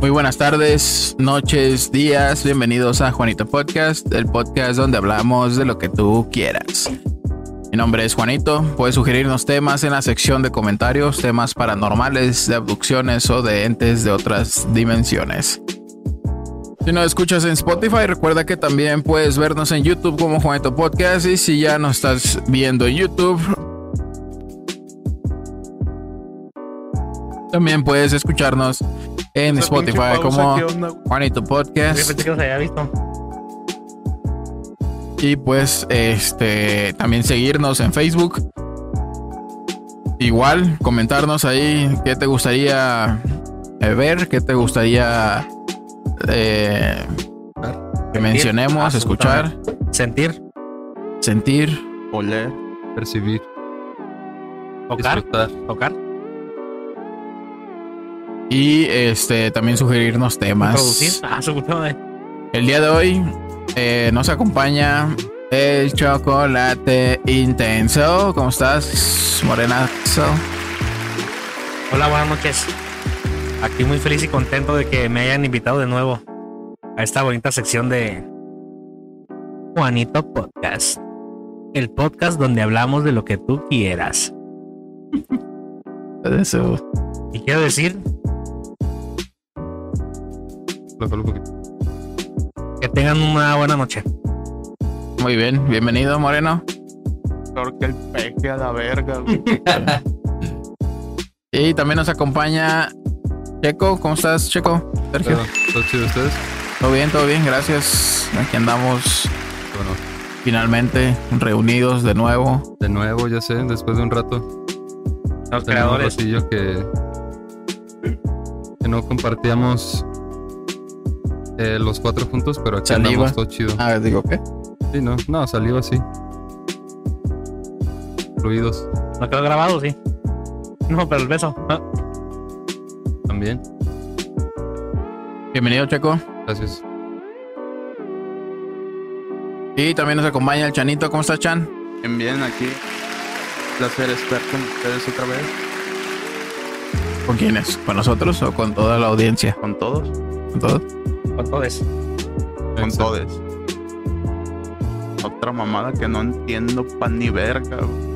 Muy buenas tardes, noches, días. Bienvenidos a Juanito Podcast, el podcast donde hablamos de lo que tú quieras. Mi nombre es Juanito. Puedes sugerirnos temas en la sección de comentarios, temas paranormales, de abducciones o de entes de otras dimensiones. Si nos escuchas en Spotify, recuerda que también puedes vernos en YouTube como Juanito Podcast. Y si ya nos estás viendo en YouTube, también puedes escucharnos en Esa pinche Spotify pausa, como ¿qué onda? Juanito Yo Podcast. pensé que nos había visto. Y pues este también seguirnos en Facebook. Igual, comentarnos ahí qué te gustaría eh, ver, qué te gustaría eh, que mencionemos, escuchar, Sentir. sentir. Oler, percibir, Tocar. disfrutar. Tocar. Y este también sugerirnos Producir. temas. Ah, su puta madre. El día de hoy eh, nos acompaña el chocolate intenso. ¿Cómo estás, morenazo? Hola, buenas noches. Aquí muy feliz y contento de que me hayan invitado de nuevo a esta bonita sección de Juanito Podcast. El podcast donde hablamos de lo que tú quieras. Eso. Y quiero decir Lo coloco aquí. que tengan una buena noche. Muy bien, bienvenido, Moreno. peor que el peje a la verga, güey. Y también nos acompaña Checo. ¿Cómo estás, Checo? Sergio. Pero, ¿Todo chido ustedes? Todo bien, todo bien, gracias. Aquí andamos Bueno, finalmente reunidos de nuevo. de nuevo, ya sé, después de un rato, Los tenemos un creadores. pasillo que, que no compartíamos eh, los cuatro juntos, pero aquí Saliva. Ah. andamos todo chido. A ver, digo, ¿qué? Sí, no, no, salió así. Fluidos Lo quedó grabado, sí. No, pero el beso. Ah, también, Bienvenido, Checo. gracias. Y también nos acompaña el Chanito. ¿Cómo estás, Chan? Bien, bien, aquí. Un Placer estar con ustedes otra vez. ¿Con quiénes? ¿Con nosotros o con toda la audiencia? Con todos. ¿Con todos? Con todos. Con Exacto. todos. Otra mamada que no entiendo pan ni verga, güey.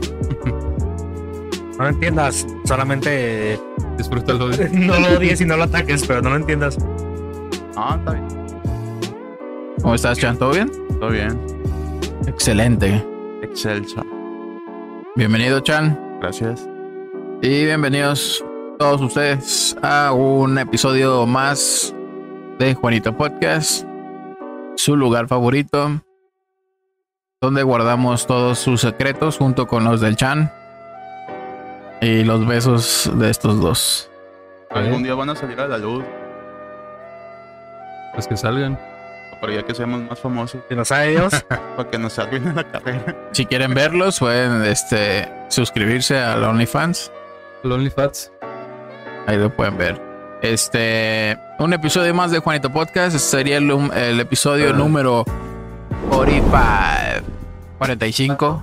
No lo entiendas, solamente Disfrútalo. güey. no lo odies y no lo ataques, pero no lo entiendas. Ah, está bien. ¿Cómo estás, Chan? ¿Todo bien? Todo bien. Excelente. Excelsa. Bienvenido, Chan. Gracias. Y bienvenidos todos ustedes a un episodio más de Juanito Podcast, su lugar favorito, donde guardamos todos sus secretos junto con los del Chan y los besos de estos dos. Algún día van a salir a la luz, Pues que salgan. pero ya que seamos más famosos, Si no sabe Dios, para que nos arruinen la carrera. Si quieren verlos, pueden este, suscribirse al OnlyFans. Lonely Fats. Ahí lo pueden ver. Este, un episodio más de Juanito Podcast. Este sería el, um- el episodio Ah. número 45. 45.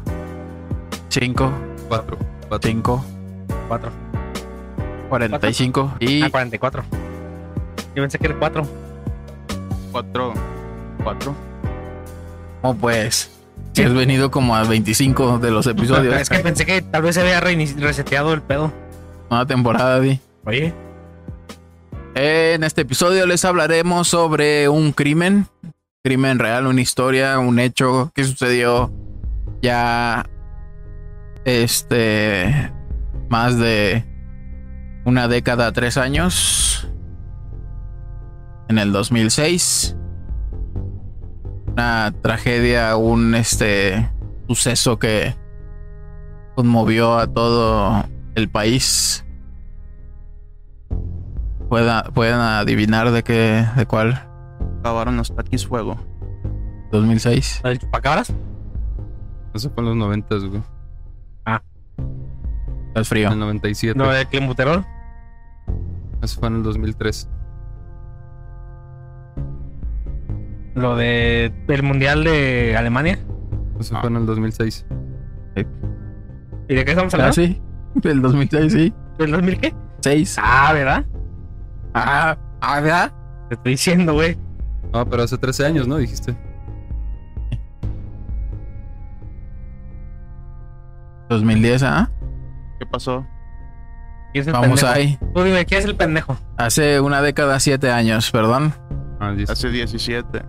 5, Cuatro. Cuatro. 5, cuatro. 45. Y Ah, 44. Yo pensé que era 4. Cuatro. Cuatro. como pues, si has venido como a 25 de los episodios. Es que pensé que tal vez se había reinici- reseteado el pedo. Una temporada, Di. Oye, En este episodio les hablaremos sobre un crimen, crimen real, una historia, un hecho que sucedió ya este más de una década, tres años, en el 2006. Una tragedia, un este suceso que conmovió a todo el país pueda, pueden adivinar de qué, de cuál, Acabaron los taquis fuego. 2006. ¿la del chupacabras? Eso fue en los noventas, güey. Está En frío. el 97. ¿No eh. del clenbuterol? Eso fue en el 2003. ¿Lo de del mundial de Alemania? Eso Ah. fue en el 2006. ¿Y de qué estamos Ah, hablando? sí. Del 2006, sí. ¿Del 2000 qué? Seis. Ah, ¿verdad? Ah, Ah, ¿verdad? Te estoy diciendo, güey. No, pero hace 13 años, ¿no? Dijiste. 2010, ¿ah? ¿Qué pasó? ¿Quién es el Vamos pendejo? ahí. Tú dime, ¿quién es el pendejo? Hace una década, siete años, perdón. Ah, 10. Hace 17.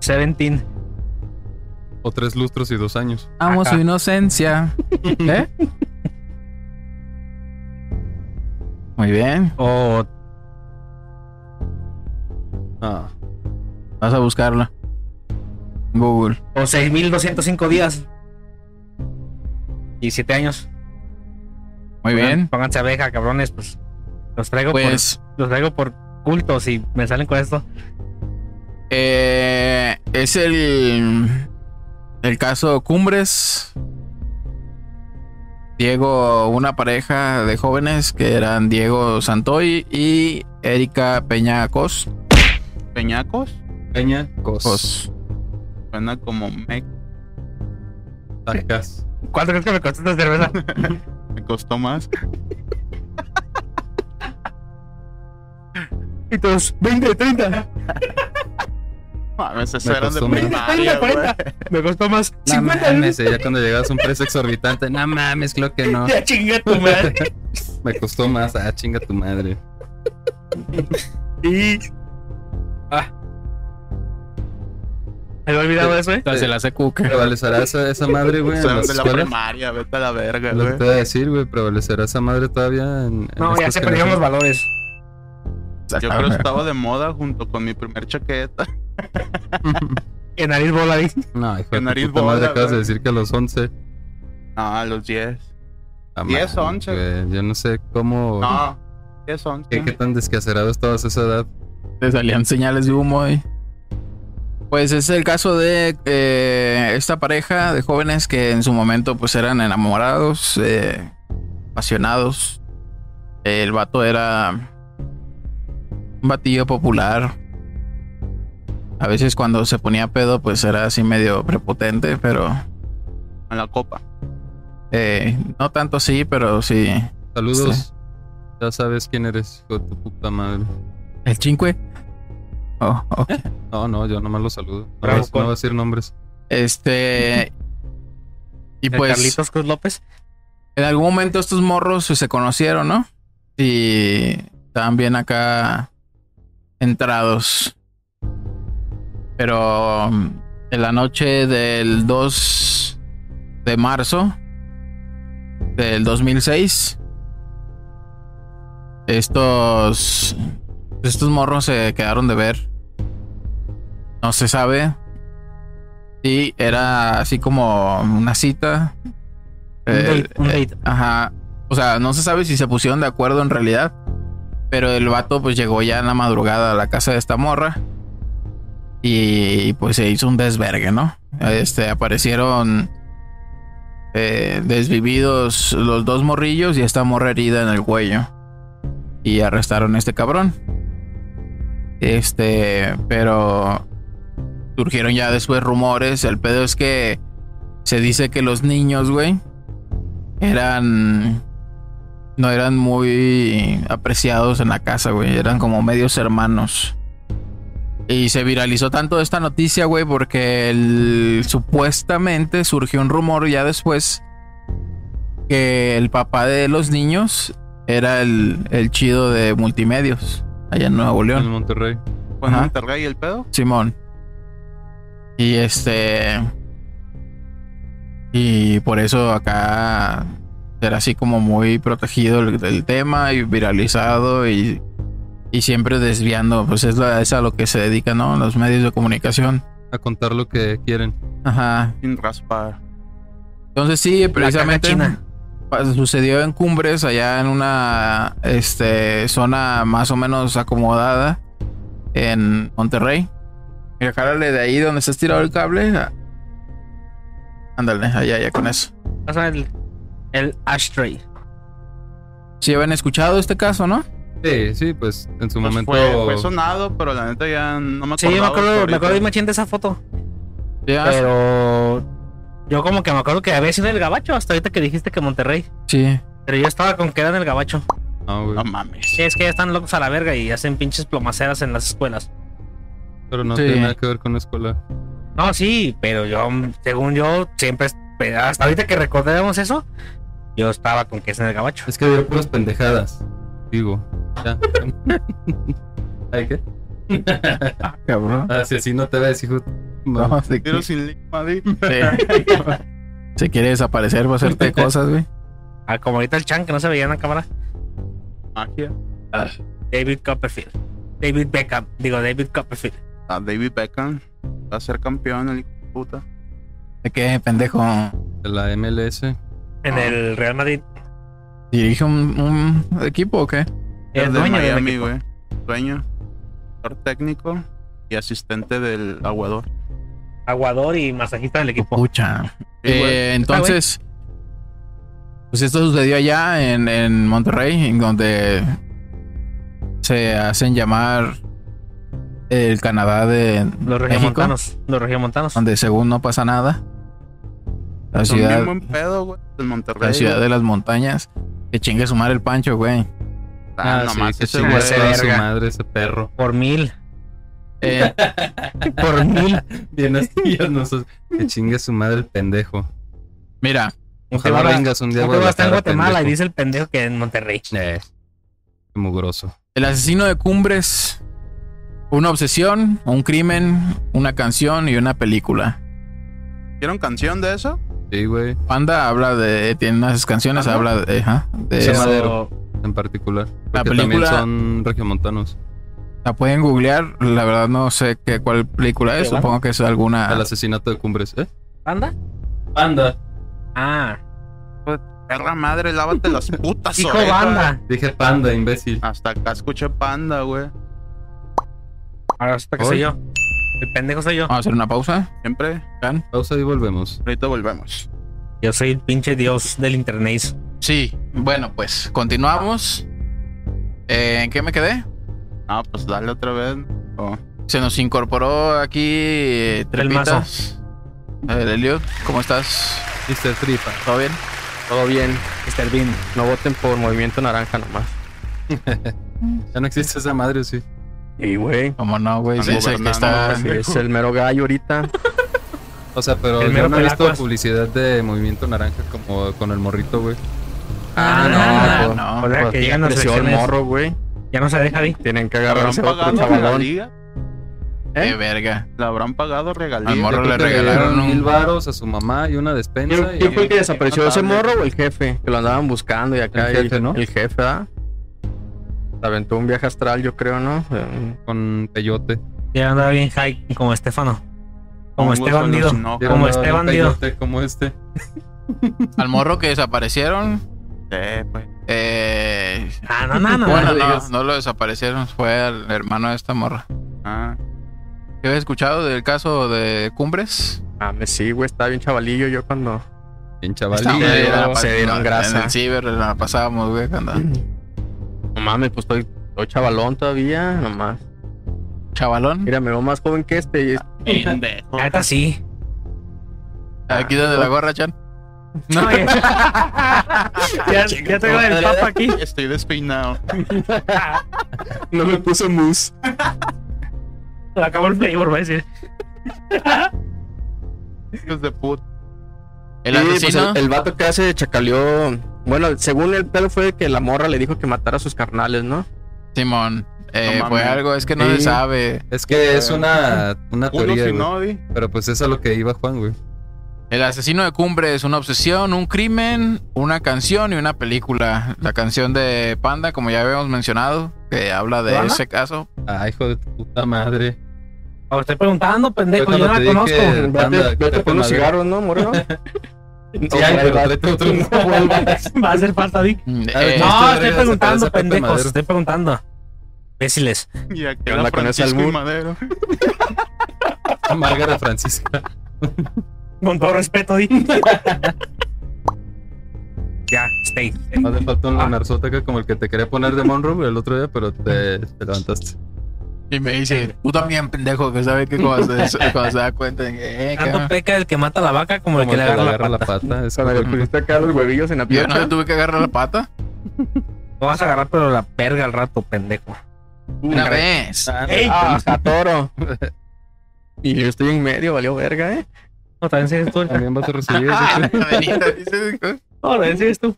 Seventeen. O tres lustros y dos años. Amo Ajá. su inocencia. ¿Eh? Muy bien. O Ah. Vas a buscarla. Google. O 6.205 días. Y 7 años. Muy Pongan- bien. Pónganse abeja, cabrones. Pues los traigo, Pues por, los traigo por cultos y me salen con esto. eh, es el el caso Cumbres. Diego, una pareja de jóvenes que eran Diego Santoy y Erika Peña Cos. ¿Peñacos? Peña, cos, Cos. Suena como me, tacas. ¿Cuánto crees que me costó esta cerveza? me costó más. Y todos, 20, 30. Mames, esas Me eran de costó más. 30, primaria, güey. 40. Me costó más. No 50 mames, ya cuando llegabas a un precio exorbitante. No mames, creo que no. Ya chinga tu madre. Me costó más. Ah, chinga tu madre. Y. Ah. Había olvidado eso, eh. Las de la CQ, que- ¿Prevalecerá esa, esa madre, güey? En Son las de la escuelas. primaria, vete a la verga, Lo que te güey. voy a decir, güey. ¿Prevalecerá esa madre todavía? En, en No, ya estas se perdieron los valores. generaciones? Yo creo que estaba de moda junto con mi primer chaqueta. En nariz bola, ahí. No, hijo de Que tu nariz puta bola, madre, acabas de güey. decir que a los 11. No, a los 10. Ah, 10, madre, 11. güey, Yo no sé cómo. No, 10, 11. ¿Qué, qué tan descacerado estabas a esa edad? Te salían señales de humo y... Pues es el caso de eh, esta pareja de jóvenes que en su momento pues eran enamorados, eh, apasionados. El vato era un batillo popular. A veces cuando se ponía pedo pues era así medio prepotente, pero En la copa. eh, no tanto así, pero sí. Saludos. Sí. Ya sabes quién eres, hijo de tu puta madre. El chincue. Oh, ok. No, no, yo nomás los saludo. No, Bravo, vas- no Col. voy a decir nombres. Este... Y El pues... Carlitos Cruz López. En algún momento estos morros pues, se conocieron, ¿no? Y estaban bien acá entrados. Pero mm, en la noche del 2 de marzo del 2006, estos, estos morros se quedaron de ver. No se sabe. Y era así como una cita. Un Eh, date, un eh, date. Ajá. O sea, no se sabe si se pusieron de acuerdo en realidad. Pero el vato pues llegó ya en la madrugada a la casa de esta morra. Y pues se hizo un desvergue, ¿no? Este, aparecieron eh, desvividos los dos morrillos y esta morra herida en el cuello. Y arrestaron a este cabrón. Este, pero surgieron ya después rumores. El pedo es que se dice que los niños, güey, eran no eran muy apreciados en la casa, güey, eran como medios hermanos. Y se viralizó tanto esta noticia, güey, porque el- supuestamente surgió un rumor ya después que el papá de los niños era el, el chido de multimedios allá en Nuevo León. En Monterrey. Fue en Ajá. Monterrey el pedo. Simón. Y este. Y por eso acá era así como muy protegido el, el tema y viralizado y, y siempre desviando. Pues es, la- es a lo que se dedica, ¿no? Los medios de comunicación. A contar lo que quieren. Ajá. Sin raspar. Entonces sí, precisamente caja china. pa- sucedió en Cumbres, allá en una este, zona más o menos acomodada en Monterrey. Mira, jálale de ahí donde estás tirado el cable. a- Ándale, allá, ya con eso. Pasa el, el ashtray. Si habían escuchado este caso, ¿no? Sí, sí, pues en su Pues momento. fue, fue sonado, pero la neta ya no me Sí, acuerdo. me acuerdo, me acuerdo bien machín de esa foto. Ah. Ya, Pero yo como que me acuerdo que había sido el gabacho hasta ahorita que dijiste que Monterrey. sí. Pero yo estaba con que era en el gabacho. No, güey. No mames. Sí, es que ya están locos a la verga y hacen pinches plomaceras en las escuelas. Pero no Sí. tiene nada que ver con la escuela. No, sí, pero yo, según yo, siempre, hasta ahorita que recordemos eso, yo estaba con que es en el gabacho. Es que había puras pendejadas. Digo. Ya. ¿Ay qué? cabrón. Ah, si así no te ves, hijo. No, si, Tiro sin lima, di. sí. Si quiere desaparecer para hacerte cosas, güey. Ah, como ahorita el Chan que no se veía en la cámara. Magia. Ah. David Copperfield. David Beckham. Digo, David Copperfield. A David Beckham va a ser campeón, el hijo de puta. ¿De qué, pendejo? De la MLS. En Ah. el Real Madrid. ¿Dirige un, un equipo o qué? El de dueño del Miami, equipo. güey. Dueño. Director técnico y asistente del aguador. Aguador y masajista del equipo. Pucha. Sí, güey. Eh, entonces, pues esto sucedió allá en, en Monterrey, en donde se hacen llamar el Canadá de Los regiomontanos. Los regiomontanos. donde según no pasa nada. La Son bien ciudad, buen pedo, güey. Del Monterrey. la ciudad güey. de las montañas. Que chingue su madre el pancho, güey. Ah, sí, nomás que ese chingó güey. ese a su verga. madre, ese perro. Por mil. Eh, Por mil. Bien astillanoso. Que chingue a su madre el pendejo. mira, Ojalá Ahora, vengas un día a ¿Cómo va a estar en Guadalajara, Guatemala? Y pendejo. dice el pendejo que en Monterrey. Eh, qué mugroso. el asesino de cumbres, una obsesión, un crimen, una canción y una película. ¿Hicieron canción de eso? Sí, güey. Panda habla de, tiene unas canciones, Ajá. habla de, ajá, de Eso- Se esa- llama- Madero. En particular. La Porque también película- son regiomontanos. la pueden googlear, la verdad no sé qué cuál película es, ¿Qué, bueno? supongo que es alguna El asesinato de Cumbres. ¿Eh? ¿Anda? Banda. Ah. Perra madre, lávate las putas Hijo orejas. banda. Dije panda, imbécil. Hasta acá escuché panda, güey. Ahora resulta que soy yo. El pendejo soy yo. Ah. Vamos a hacer una pausa. Siempre. Pausa y volvemos. Ahorita volvemos. Yo soy el pinche dios del internet. Sí, bueno, pues continuamos. Eh, ¿En qué me quedé? Ah, pues dale otra vez. Oh. Se nos incorporó aquí eh, Trepitas. A ver, Eliot, ¿cómo estás? Mr. Tripa. ¿Todo bien? Todo bien. Mr. Bean. No voten por Movimiento Naranja nomás. Ya no existe esa madre, sí. Y güey. ¿Cómo no, güey? Algo Sí, sé que verdad, está... no, pues, Sí, es el mero gallo ahorita. O sea, pero El yo mero no he visto pelacuas. publicidad de Movimiento Naranja como con el morrito, güey. Ah, Ah, pues, no. O sea, pues, que ya llegan las creció el elecciones. morro, güey. Ya no se deja de. Tienen que ¿La habrán agarrarse a otro pagado chavalón. regalía? Qué verga. ¿La habrán pagado Al regalía? morro Creo le que regalaron mil un... varos a su mamá y una despensa. ¿Quién, y- quién fue el que desapareció? ¿Ese notable. morro o el jefe? Que lo andaban buscando y acá. El y- jefe, ¿no? El jefe, ¿ah? Se aventó un viaje astral, yo creo, ¿no? Eh, con peyote. Ya andaba bien high como Estefano. Como este bandido. No, Yo Como andaba este bien bandido. peyote, como este. Al morro que desaparecieron... sé, pues. Eh... Ah, no, no, no. Bueno, no. no, no lo desaparecieron. Fue al hermano de esta morra. Ah, ¿Qué habías escuchado del caso de Cumbres? Mames, sí, güey. Estaba bien chavalillo yo cuando. Bien Estábamos ahí, dieron- la chavalillo. pas- se dieron grasa. En el ciber la pasábamos, güey. cuando- No mames, pues estoy, estoy chavalón todavía, nomás. Chavalón. Mira, me veo más joven que este. y es- La neta sí. Aquí donde la gorra, Chan. No, ya, ya, ya tengo el papa aquí. Estoy despeinado. No me puso mousse. Se le acabó el playboy, va a decir. Hijos de puta. El Sí, pues, asesino. el, el vato que hace chacaleó. Bueno, según el pelo fue que la morra le dijo que matara a sus carnales, ¿no? Simón. Eh, No fue mames. algo, es que no se Sí. sabe. Es que es una, una Uno teoría, si güey. no, di. Pero pues es a lo que iba Juan, güey. El asesino de cumbre es una obsesión, un crimen, una canción y una película. La canción de Panda, como ya habíamos mencionado, que habla de ¿Panda? ese caso. Ah, hijo de tu puta madre. Os estoy preguntando, pendejo. Yo Fue no la cuando te dije- conozco. Anda, Vete, te vete por unos madre. cigarros, ¿no, morro? Sí, hay, pero tráete otro. Va a hacer falta, Dick. A ver, Eh, Este No, verga estoy se parece preguntando, a Pepe pendejos. Madero. Estoy preguntando. Béciles. Y aquí ¿Qué era onda con ese Francisco y albur? Madero. Márgara Francisca. Con todo respeto, Dick. ya, stay. stay. Más de falta un Ah. Lenarzota como el que te quería poner de Monroe güey, el otro día, pero te, te levantaste. y me dice, tú también, pendejo, que sabe que cuando se, cuando se da cuenta, eh, Tanto cabrón. peca el que mata a la vaca como el Como que le agarra la la pata. pata. es Cuando le como- pusiste acá los huevillos en la Yo no le pierna. tuve que agarrar la pata. Lo vas a agarrar, pero la verga al rato, pendejo. Una vez. ¡Ey! Ah, Satoro. Y yo estoy en medio, valió verga, eh. No, también sigues tú. También vas a recibir. Benito dice, No, también sigues tú.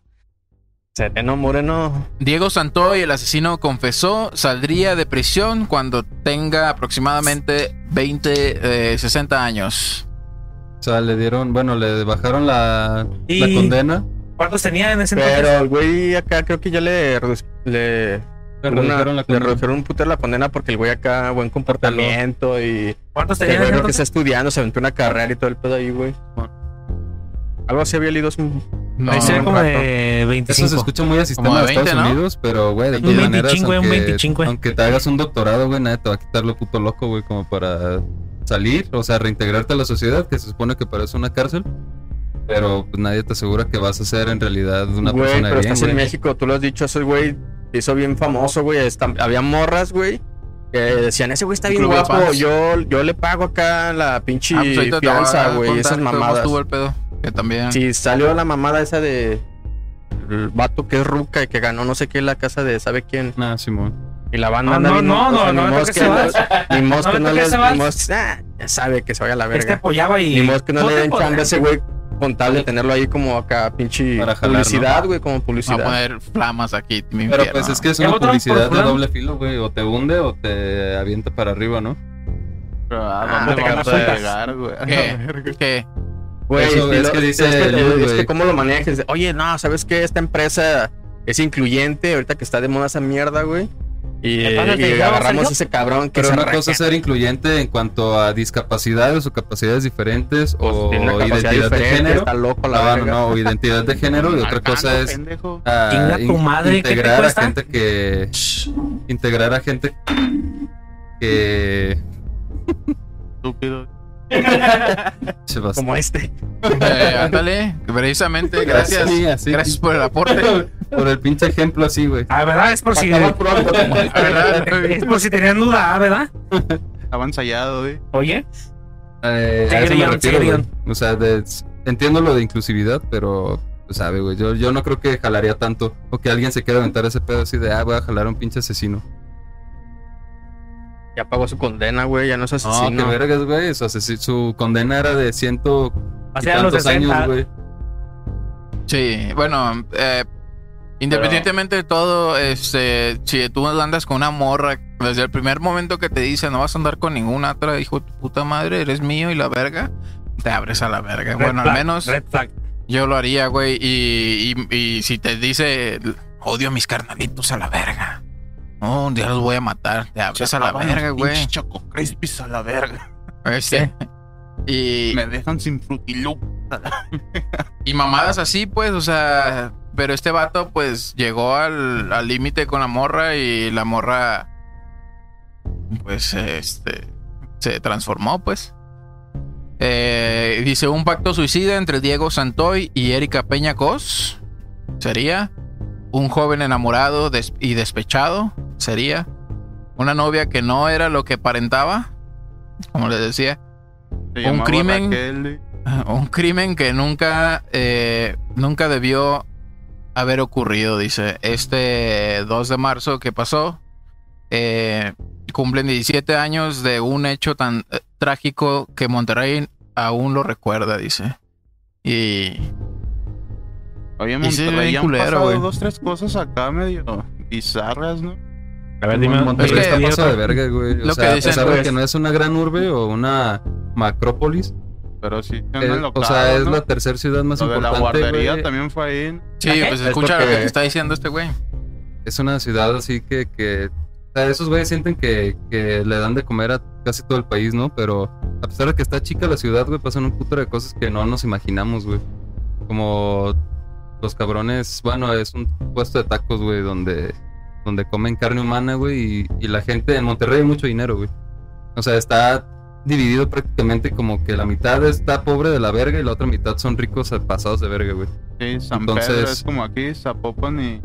Sereno Moreno. Diego Santoy, el asesino, confesó, saldría de prisión cuando tenga aproximadamente 20, eh, 60 años. O sea, le dieron, bueno, le bajaron la, la Y- condena. ¿Cuántos tenía en ese Pero entonces? el güey acá creo que ya le, redu- le, Le una- redujeron la le condena. redujeron un putero la condena porque el güey acá, buen comportamiento y ¿Cuántos tenía en ese el güey creo que entonces? está estudiando, se aventó una carrera y todo el pedo ahí, güey. Algo así había leído hace un No, Ahí se ve un como rato. de Eso se 25. escucha muy a sistema Como de de Estados 20, ¿no? Unidos, pero güey, de Un todas maneras, 25, un aunque, 25. aunque te hagas un doctorado, güey, nadie te va a quitar lo puto loco, güey, como para salir, o sea, reintegrarte a la sociedad, que se supone que parece una cárcel, pero pues, nadie te asegura que vas a ser en realidad una güey, persona pero bien, estás güey. en México, tú lo has dicho, ese güey se hizo bien famoso, güey. está- había morras, güey, que decían, ese güey está bien Club de guapo, fans. yo, yo le pago acá la pinche Ah, pues ahorita te voy a fianza, güey, contar esas cómo mamadas. estuvo el pedo. Que también. Si salió la mamada esa de el vato que es ruca y que ganó no sé qué la casa de sabe quién Nah, Simón. y la banda No, anda no, bien- no, o sea, no, no me ni mos toques que ese no- vato. ni mos No que me no toques le ese ni vato. mos- ah, ya sabe que se vaya a la Este verga apoyaba y. ni mos que no te le den podrás- chamba a ese güey con tal de tenerlo ahí como acá pinche Para jalar, publicidad güey como Voy a publicidad poner flamas aquí. mi Pero infierno. pues es que es Ya una votaron por publicidad de fulano. doble filo, güey, o te hunde o te avienta para arriba, ¿no? Pero, ¿a Ah, dónde te vamos ganas a puntas. llegar, güey? A la ¿Qué? verga. ¿Qué? Güey, Eso sí es lo- que dice es que, el eh, libro, es que güey. cómo lo manejes. Oye, no, ¿sabes qué? Esta empresa es incluyente. Ahorita que está de moda esa mierda, güey. Y, ¿Qué pasa, eh, y te llamo, agarramos Sergio? ese cabrón que Pero se una arranca. cosa es ser incluyente en cuanto a discapacidades o capacidades diferentes o Tiene una identidad capacidad de diferente, género. Ah, está loco la No, no, verga. no, o identidad de género y otra cosa es Pendejo. a Chinga tu in- madre, ¿qué te integrar a cuesta? gente que integrar a gente que Estúpido. se va Como este. Eh, ándale. Precisamente, gracias. Sí, así. Gracias por el aporte. por el pinche ejemplo así, güey. Ah, ¿verdad? Es por si. Es por si tenían duda, ah, ¿verdad? Estaba ensayado, güey. Oye. Eh, a Sigue eso me Leon, refiero, sigue güey. O sea, de- entiendo lo de inclusividad, pero pues, sabe, güey, yo, yo no creo que jalaría tanto o que alguien se quiera aventar ese pedo así de, ah, voy a jalar a un pinche asesino. Ya pagó su condena, güey. Ya no es No, asesino. qué vergas, güey, su, asesi- su condena era de ciento O y sea, a los tantos 60. años, güey. Sí, bueno, eh, independientemente de todo, este, si tú andas con una morra, desde el primer momento que te dice no vas a andar con ninguna otra, hijo de tu puta madre, eres mío y la verga, te abres a la verga. Eh, Red bueno, al flag, menos Red flag. yo lo haría, güey. Y, y- y si te dice odio a mis carnalitos a la verga, no, ya los voy a matar, te abres a la Sacaban los verga, güey. pinches Choco Crispies a la verga. Este, y, Me dejan sin frutilup. Y mamadas así, pues, o sea, pero este vato, pues, llegó al al límite con la morra y la morra, pues, este, se transformó, pues. Eh, dice un pacto suicida entre Diego Santoy y Erika Peña Cos. Sería un joven enamorado des- y despechado. Sería una novia que no era lo que aparentaba. Como les decía, Se Un llamaba crimen. Raquel, eh. güey. un crimen que nunca, eh, nunca debió haber ocurrido, dice. Este 2 de marzo que pasó, eh, cumplen 17 años de un hecho tan eh, trágico que Monterrey aún lo recuerda, dice. Y Oye, en Y sí, Monterrey bien ya han culero, pasado güey. dos, tres cosas acá medio bizarras, ¿no? A ver, dime. Monterrey es que- está pasado de verga, güey. O Lo sea, que a dicen, pesar de pues. que no es una gran urbe o una macrópolis, Pero sí, Eh, es- andan o locados, sea, es ¿no? la tercera ciudad más Lo de la importante, guardería güey. también fue ahí. ¿no? sí, Ok. pues Es escucha lo que porque- te está diciendo este güey. Es una ciudad así que, que o sea, esos güeyes sienten que, que le dan de comer a casi todo el país, ¿no? Pero a pesar de que está chica la ciudad, güey, pasan un puto de cosas que no nos imaginamos, güey. Como los cabrones, bueno, es un puesto de tacos, güey, donde, donde comen carne humana, güey, y, y la gente en Monterrey hay mucho dinero, güey. O sea, está dividido prácticamente como que la mitad está pobre de la verga y la otra mitad son ricos pasados de verga, güey. Sí, San Pedro Entonces- es como aquí, Zapopan y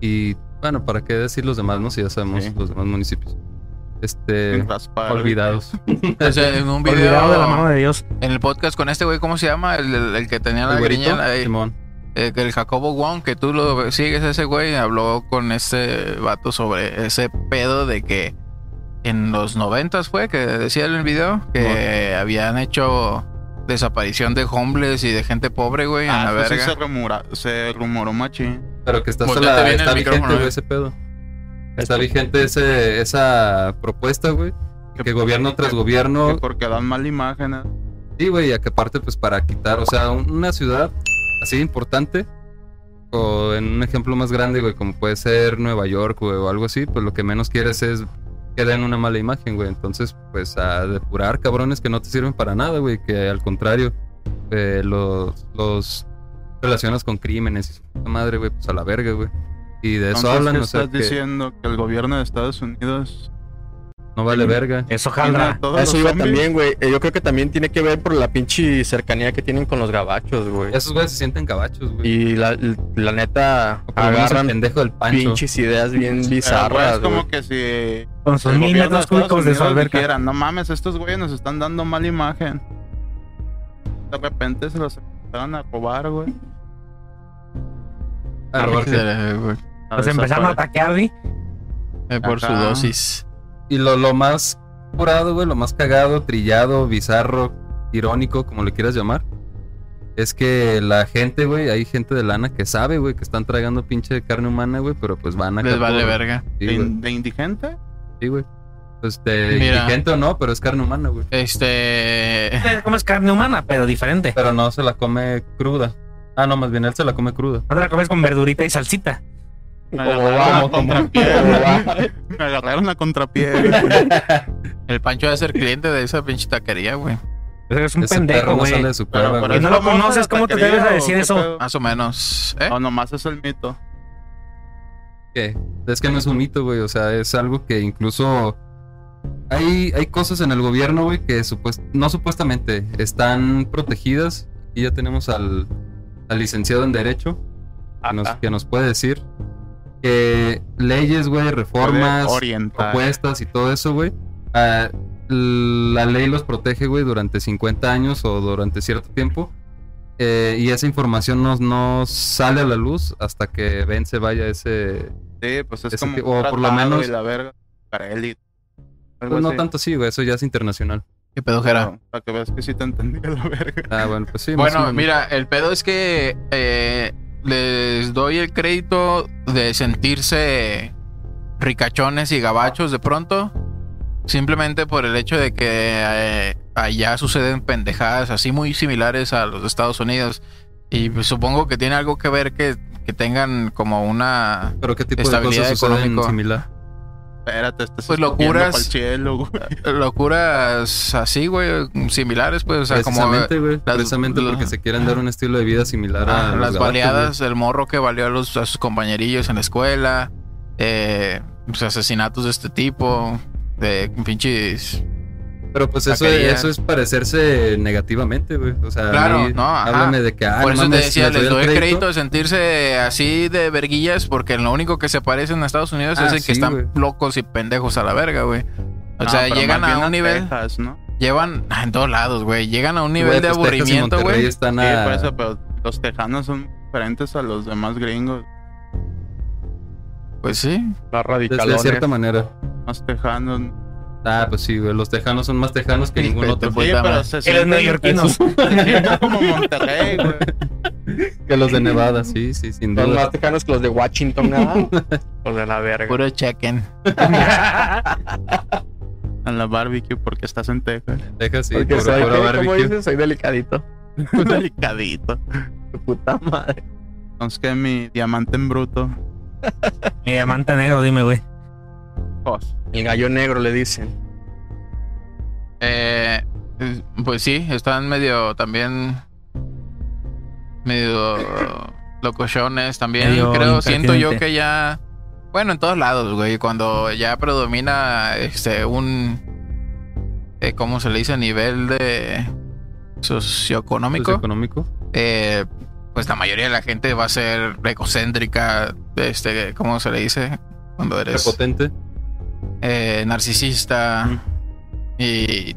Y bueno, ¿para qué decir los demás, no? Si ya sabemos Sí. los demás municipios. eh, Este. Raspar. güey. Olvidados. O sea, en un Olvidado de la mano video, de Dios. en el podcast con este güey, ¿cómo se llama? El, el- el que tenía la El güerito, griña. en la- Simón. eh, que el Jacobo Wong, que tú lo sigues, ese güey, habló con este vato sobre ese pedo de que en los noventas fue, que decía en el video, que habían hecho desaparición de homeless y de gente pobre, güey, en Ah, la eso sí verga. se, rumora- se rumoró machín. Pero que está, hasta Volteate la- bien el está vigente, micrófono, güey, eh. ese pedo. Está vigente ese, esa propuesta, güey. Que gobierno tras que gobierno. Porque dan mala imagen. ¿eh? Sí, güey, y a que aparte, pues para quitar, o sea, un- una ciudad así importante. O en un ejemplo más grande, güey, como puede ser Nueva York, güey, o algo así, pues lo que menos quieres es que den una mala imagen, güey. Entonces, pues a depurar cabrones que no te sirven para nada, güey, que al contrario, eh, los, los relacionas con crímenes y su puta madre, güey, pues a la verga, güey. Y de eso Entonces, hablan, ¿qué o sea, estás que diciendo que el gobierno de Estados Unidos no vale verga. Eso tiene jala. a todos A Eso los iba zombies? también, güey. Eh, Yo creo que también tiene que ver por la pinche cercanía que tienen con los gabachos, güey. Esos güeyes se sienten cabachos, güey. Y la, la neta O por lo menos el agarran pendejo del pancho. pinches ideas bien Eh, güey, bizarras, es como güey. que si Con sus el mil gobierno de metros Estados cúbicos de su Unidos alberca. dijera, no mames, estos güeyes nos están dando mala imagen. De repente se los empezaron a robar, güey. A robar gente. Eh, güey, Nos Pues empezaron a atacar, güey. eh, por su Ajá. dosis. Y lo, lo más curado, güey, lo más cagado, trillado, bizarro, irónico, como le quieras llamar, es que la gente, güey, hay gente de lana que sabe, güey, que están tragando pinche carne humana, güey, pero pues van a... Les vale verga. ¿De, in- de indigente? Sí, güey. Pues de Mira. gente o no, pero es carne humana, güey. Este. Como es carne humana, pero diferente. Pero no se la come cruda. Ah, no, más bien él se la come cruda. No te la comes con verdurita y salsita. Oh, Me Como agarraron vamos, a como- contrapié, como güey. Me agarraron a contrapié. güey. El Pancho debe ser cliente de esa pinche taquería, güey. Es un Ese pendejo, perro no güey. sale de su Pero cueva, por güey. no eso lo vamos a conoces, la ¿cómo te taquería, atreves a o decir qué eso? pedo? Más o menos. ¿Eh? O nomás es el mito. ¿Qué? Es que no es un mito, güey. O sea, es algo que incluso hay, hay cosas en el gobierno, güey, que supuest- no supuestamente están protegidas. Y ya tenemos al, al licenciado en Derecho que nos, Ajá. que nos puede decir que leyes, güey, reformas, Puede orientar. propuestas y todo eso, güey. ah, la ley los protege, güey, durante 50 años o durante cierto tiempo. eh, y esa información no, no sale a la luz hasta que vence, vaya ese, Sí, pues es Ese como. que- un o por lo tratado menos- y la verga. Para él y- algo Pues no así. tanto sí, güey, eso ya es internacional. Qué pedojera. Pero, Para que veas que sí te entendí a la verga. Ah, bueno, pues sí. más o Bueno, menos. mira, el pedo es que eh, les doy el crédito de sentirse ricachones y gabachos de pronto, simplemente por el hecho de que eh, allá suceden pendejadas así muy similares a los de Estados Unidos. Y pues, supongo que tiene algo que ver que, que tengan como una... Pero qué tipo de estabilidad cosas suceden económico. similar. Espérate, estás Pues escupiendo locuras. pa'l cielo, güey. locuras así, güey, similares, pues, o sea, como eh, precisamente, güey. las- Precisamente las- porque se quieren dar un estilo de vida similar a Ah, los Ah, las gabachos, baleadas, el morro que valió a, los, a sus compañerillos en la escuela, eh, pues, asesinatos de este tipo, de pinches... güey. Pero pues eso, Taquería. eso es parecerse negativamente, güey. O sea, a Claro, mí, no, ajá. háblame de que. ah, Por no eso mames, te decía, me les doy el doy el crédito de sentirse así de verguillas, porque lo único que se parecen a Estados Unidos Ah, es el sí, que están güey. locos y pendejos a la verga, güey. O No, sea, pero llegan más a bien un nivel, Texas, ¿no? Sí, llevan ah, en todos lados, güey, llegan a un nivel Güey, de pues, Texas y aburrimiento, Monterrey güey. están a- por eso, pero los tejanos son diferentes a los demás gringos. Pues sí, Más de- de, radicalones. cierta manera. Más tejanos. Ah, pues sí, güey. Los tejanos son más tejanos que ningún Vete, otro. pues, Sí, dama. pero se Y los sienten- neoyorquinos. se sienten como Monterrey, güey. Que los de Nevada, sí, sí, sin Son duda. más tejanos que los de Washington, ¿no? Los de la verga. puro chequen. En la barbecue porque estás en Texas. Texas, sí, Porque puro- soy, puro ¿cómo barbecue. dices? Soy delicadito. Delicadito. Tu Puta madre. Entonces que mi diamante en bruto. Mi diamante negro, dime, güey. Pues, El gallo negro le dicen. Eh, pues sí, están medio también. medio locochones también. Medio creo, siento yo impertinente. que ya. Bueno, en todos lados, güey. Cuando ya predomina este un. eh, ¿Cómo se le dice? Nivel de. Pues socioeconómico. Socioeconómico. eh, pues la mayoría de la gente va a ser egocéntrica. Este, ¿Cómo se le dice? Cuando eres Prepotente. eh, narcisista y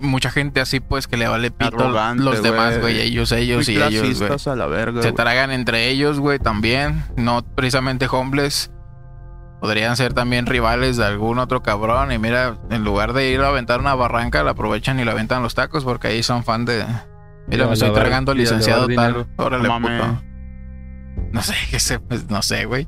mucha gente así, pues, que le vale pito Arrogante, los demás, güey. güey. Ellos, ellos Muy y ellos, güey. clasistas a la verga, Se güey. tragan entre ellos, güey, también. No precisamente hombres. Podrían ser también rivales de algún otro cabrón. Y mira, en lugar de ir a aventar una barranca, la aprovechan y la aventan los tacos porque ahí son fan de. Mira, a me estoy lavar- tragando y a lavar licenciado dinero. tal. Órale, No mames. puto. No sé, qué sé, pues, no sé, güey.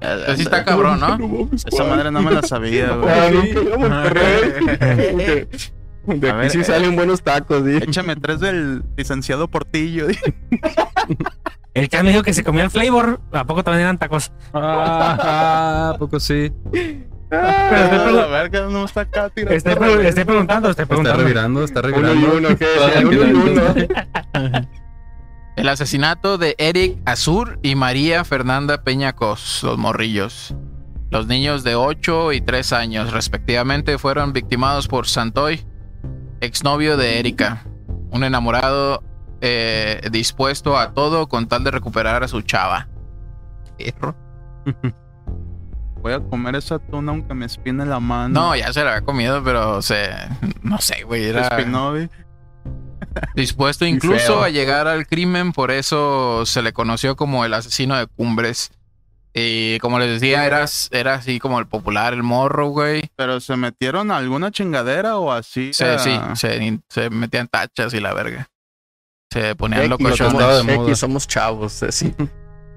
Pero Pues sí está cabrón, ¿no? Esa madre no me la sabía, güey. Ah, nunca iba a Monterrey. De A aquí ver, sí eh. salen buenos tacos, di. Échame tres del licenciado Portillo. El que me dijo que se comió el flavor, ¿a poco también eran tacos? Ah, ¿a poco sí. a "Ah, la verga, no está acá tirando. Estoy, pre- estoy preguntando, estoy Está preguntando. revirando, está Uno revirando. y uno, ¿qué? Está Uno y revirando. uno. El asesinato de Eric Azur y María Fernanda Peña Cos, los morrillos. Los niños de 8 y 3 años, respectivamente, fueron victimados por Santoy, exnovio de Erika, un enamorado eh, dispuesto a todo con tal de recuperar a su chava. Perro. Voy a comer esa tuna aunque me espine la mano. No, ya se la había comido, pero se. No sé, güey. Se Era espinó, güey. dispuesto feo. incluso a llegar al crimen, por eso se le conoció como el asesino de cumbres. Y como les decía, era, era así como el popular, el morro, güey. Pero se metieron a alguna chingadera o así. Se, Ah. a- sí, se, se metían tachas y la verga. Se ponían X, locos andaba de somos, moda. X, somos chavos, así.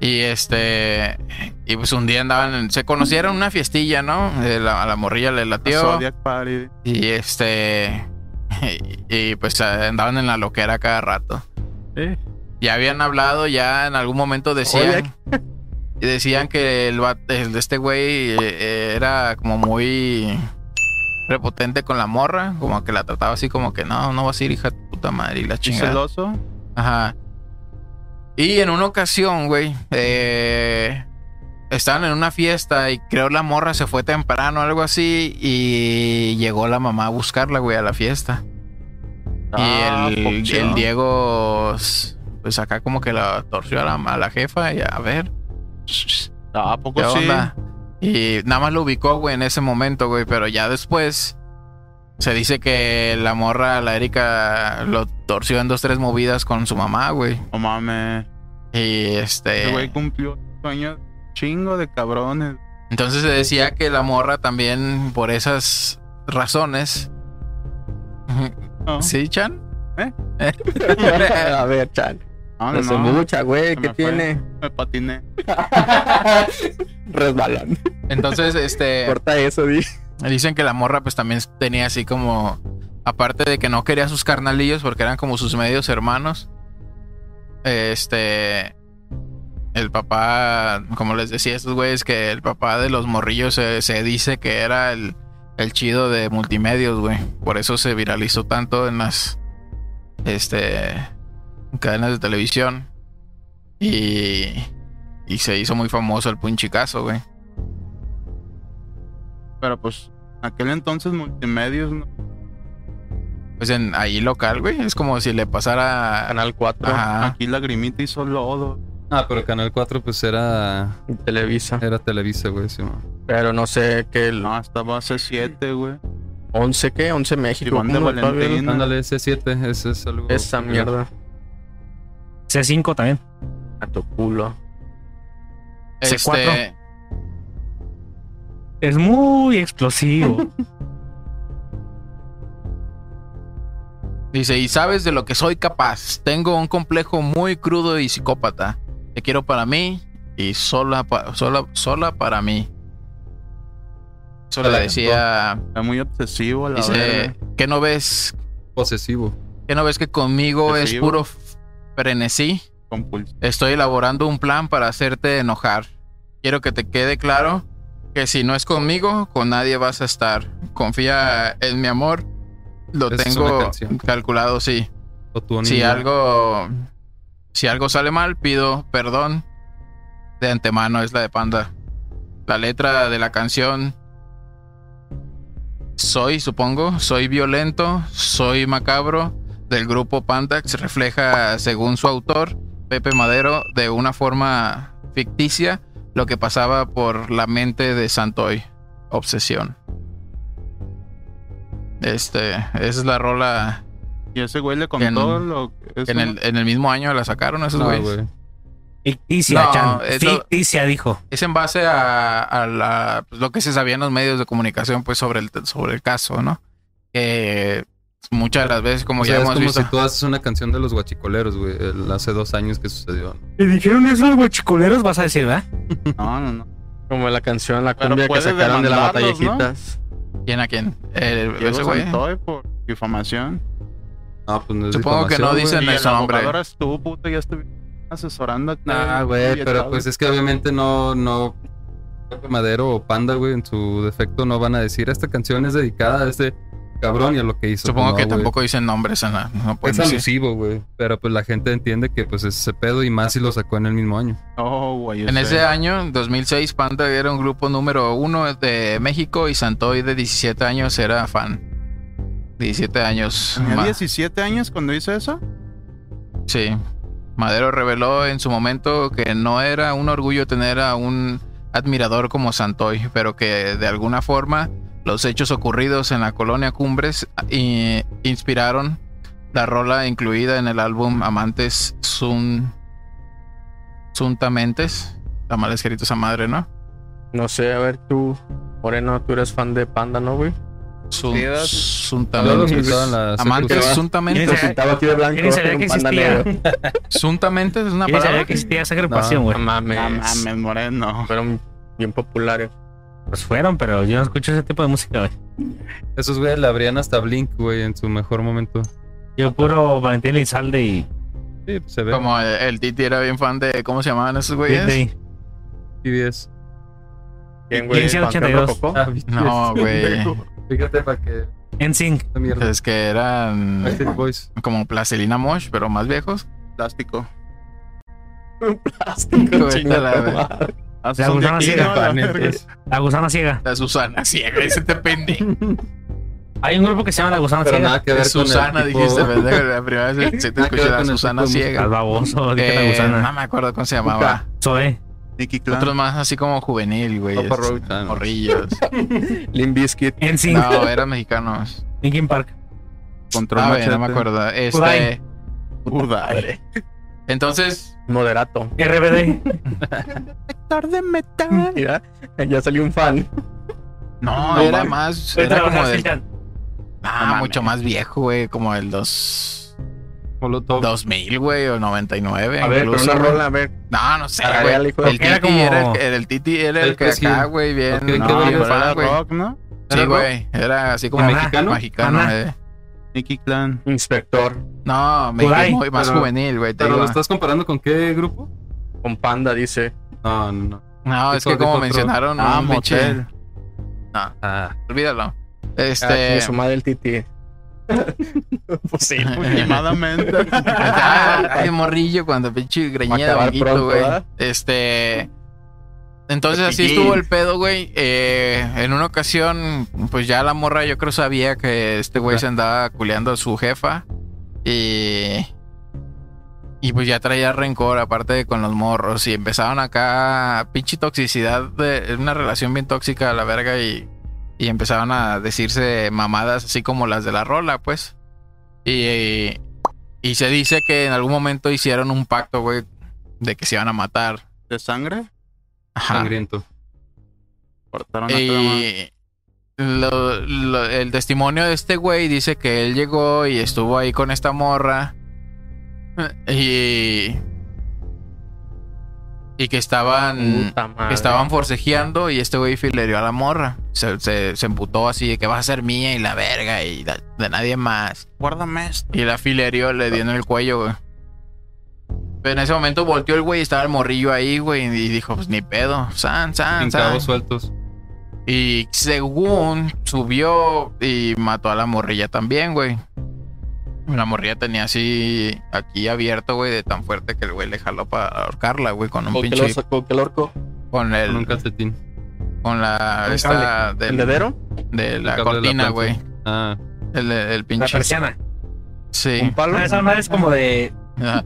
Y este. Y pues un día andaban. en- Se conocieron en una fiestilla, ¿no? Eh, la- a la morrilla le a latió. Zodiac Party. Y este. Y, y, pues eh, andaban en la loquera cada rato. Eh. Ya habían hablado, ya en algún momento decían. y Decían que el, va- el- este güey eh, era como muy prepotente con la morra, como que la trataba así como que no, no vas a ir hija de tu puta madre y la Y chingada. celoso. Ajá. Y en una ocasión, güey, eh, estaban en una fiesta y creo la morra se fue temprano, algo así, y llegó la mamá a buscarla, güey, a la fiesta. Ah, y el, pochón. el Diego, s- pues acá como que la torció a la, a la jefa y a ver, Ah, ¿A poco ¿qué sí? onda? Y nada más lo ubicó, güey, en ese momento, güey, pero ya después se dice que la morra, la Erika, lo torció en dos, tres movidas con su mamá, güey. No mames. Y El este. güey cumplió sueños chingo de cabrones. Entonces se decía que la morra también, por esas razones. ¿no? ¿Sí, Chan? A ver, chan. Ah, No, no, mucha, güey, Se ¿qué me fue. tiene? me patiné. Resbalando. Entonces, este. Corta eso, di. Dicen que la morra, pues también tenía así como. Aparte de que no quería a sus carnalillos porque eran como sus medios hermanos. Este. El papá, como les decía a estos güeyes, que el papá de los morrillos se, se dice que era el, el chido de multimedios, güey. Por eso se viralizó tanto en las. Este. cadenas de televisión. Y. Y se hizo muy famoso el punchicazo, güey. Pero pues, aquel entonces multimedios, ¿no? Pues en ahí local, güey. Es como si le pasara. Canal 4, Ajá. aquí lagrimita hizo lodo. Ah, pero Canal 4 pues era, Televisa. era Televisa, güey. sí, man. Pero no sé qué, el No, estaba hace 7 güey. 11 qué, 11 México. Iván de ¿cómo todavía no? Valentín. Ándale, C7, ese es algo. Esa mierda. C5 también. A tu culo. Este, C4. Es muy explosivo. dice, y sabes de lo que soy capaz. Tengo un complejo muy crudo y psicópata. Te quiero para mí y sola, pa- sola, sola para mí. Eso Se le la decía, Era muy obsesivo, la dice, verdad. ¿qué no ves? Posesivo. ¿Qué no ves que conmigo es Obsesivo. puro f- frenesí? Compulsivo. Estoy elaborando un plan para hacerte enojar. Quiero que te quede claro que si no es conmigo, con nadie vas a estar. Confía en mi amor. Lo Esa es una tengo canción. calculado, sí. O tu Si anillo. algo si algo sale mal, pido perdón de antemano, es la de Panda. La letra de la canción Soy, supongo, soy violento, soy macabro del grupo Pandax refleja, según su autor, Pepe Madero, de una forma ficticia lo que pasaba por la mente de Santoy. Obsesión. Este, esa es la rola Y ese güey le en- contó lo que. que en el, en el mismo año la sacaron esos pues, No, güeyes. Ah, güey. Y- Ictia No, Chan. es Sí, lo- Ictia dijo. Es en base a, a la, pues, lo que se sabía en los medios de comunicación pues sobre el, sobre el caso, ¿no? Que muchas de las veces, como O sea, ya es hemos como visto... si tú haces una canción de los guachicoleros, güey, el- hace dos años que sucedió. Y dijeron eso los guachicoleros, vas a decir, ¿verdad? No, no, no. Como la canción, la Pero cumbia que puedes sacaron de la demandarlos, ¿no? Matallejitas. ¿Quién a quién? El- Diego ese güey. Santoy eh, por difamación. Ah, pues no es Supongo que difamación, no güey. dicen- Y el el nombre. abogado eras tú, puto, ya estuviste asesorando. Ah, güey, pero pues es que obviamente no, no. Madero o Panda, güey, en su defecto no van a decir esta canción es dedicada a este cabrón y a lo que hizo. Supongo No, que güey. tampoco dicen nombres en la... No pueden Es decir. alusivo, güey. Pero pues la gente entiende que pues es ese pedo y más si lo sacó en el mismo año. Oh, güey. En ese año. año, en 2006, Panda era un grupo número uno de México y Santoy de 17 años era fan. 17 años. ¿Tenía ma- Pues 17 años cuando hizo eso? Sí. Madero reveló en su momento que no era un orgullo tener a un admirador como Santoy, pero que de alguna forma los hechos ocurridos en la colonia Cumbres eh, inspiraron la rola incluida en el álbum Amantes Sun Suntamentes. Está mal escrito esa madre, ¿no? No sé, a ver, tú, Moreno, tú eres fan de Panda, ¿no, güey? Sun- Sí, das- Yo lo Suntamente. escuchaba en la Amantes, secundaria. suntamente. Sí. Pintaba aquí de blanco. ¿Quién sabía era que un panda existía? negro. Suntamente es una ¿Quién sabía palabra. que existía esa agrupación, güey? No mames. Ah, mames, moreno. Fueron bien populares. Pues fueron, pero yo no escucho ese tipo de música, güey. Esos güeyes le abrían hasta Blink, güey, en su mejor momento. Yo puro Valentín Lizalde y... Sí, pues, se ve. Como el, el Titi era bien fan de cómo se llamaban esos güeyes. y- BTS. ¿Quién, güey? ¿Quién sea el ¿Panteón 82? Rococó? Ah, BTS. No, güey. Pues Fíjate para que NSYNC. esta mierda. Es que eran Backstreet Boys. como Placelina Mosh, pero más viejos. Plástico. Plástico, Vete a chinga la tu verga. madre. Ah, La son de gusana aquí, sí ¿no? era La fan, verga. entonces. La Gusana Ciega. La Susana ciega, ese te pendejo. Hay un grupo que se llama La Gusana Pero Ciega. nada que ver Susana, con el tipo- dijiste, pendejo. La primera vez que se te Nada que escuché ver la con el Susana tipo de Al ciega. baboso, dije La Eh, no Gusana. me acuerdo cómo se llamaba. Zoe. Nicky Clan. Otros más así como juvenil, güey. Papa este, Roach, ah, no. Morrillos. Limp Bizkit. NSYNC. No, eran mexicanos. Linkin Park. Control A ver, Ah, no me Machete. acuerdo. Este, Kudai. Udai. entonces, Moderato. RBD. Actor de metal. Mira, ya salió un fan. no, No, era man. más. Vete Era a la como Gusana del Ciega. Ah, No mames. mucho más viejo, güey, como el dos, Molotov. 2000, güey, o 99. A ver, pero incluso, una güey. rola, a ver. No, no sé, Para güey. ver, hijo de- El Era Titi como- era el, el, el Titi era el El que Chris acá, Hill. güey, bien. Ok, ¿qué bien No, verga pero fan, era güey. rock, ¿no? Sí, ¿Era rock? güey, era así como Ajá. mexicano, mexicano, Ajá. eh. Nicky Clan. Inspector. No, me Kudai. muy más Pero- juvenil, güey, te Pero lo digo. estás comparando con qué grupo? Con Panda, dice. Ah, No, no, no. No, es Dijo- que como dijo otro. mencionaron Ah, un pinche- motel. Ah, olvídalo. Ah, tiene Este, su madre el Titi. pues sí. Últimamente. Ah, ay, morrillo cuando pinche greñía de acabar vaguito, pronto, güey. ¿verdad? Este. Entonces así Cepillín. estuvo el pedo, güey. Eh, en una ocasión, pues ya la morra yo creo sabía que este güey se andaba culeando a su jefa. Y. Y pues ya traía rencor, aparte de con los morros. Y empezaron acá, pinche toxicidad, de, una relación bien tóxica a la verga. Y, y empezaron a decirse mamadas así como las de la rola, pues. Y, y se dice que en algún momento hicieron un pacto, güey, de que se iban a matar. ¿De sangre? Ajá. sangriento. Cortaron la trama. Y Eh, lo- lo- el testimonio de este güey dice que él llegó y estuvo ahí con esta morra. Y. Y que estaban. Puta madre. que estaban forcejeando y este güey filerió a la morra. Se, se, se emputó así de que vas a ser mía y la verga y la- de nadie más. Guárdame esto. Y la filerio le dio en el cuello, güey. Pero en ese momento volteó el güey y estaba el morrillo ahí, güey. Y dijo, pues ni pedo. San, san, Sin san. cabos sueltos. Y según subió y mató a la morrilla también, güey. La morrilla tenía así aquí abierto, güey, de tan fuerte que el güey le jaló para ahorcarla, güey, con un Con que pinche. lo- Con que lo orco. Con Con un el. calcetín. Con la. Un Esta. ¿El Del, dedero? de la cable de la cortina, plancha. güey. Ah, El, el La pinche. persiana. Sí. Ah, ¿Un palo? No, esa madre es como de... Ajá.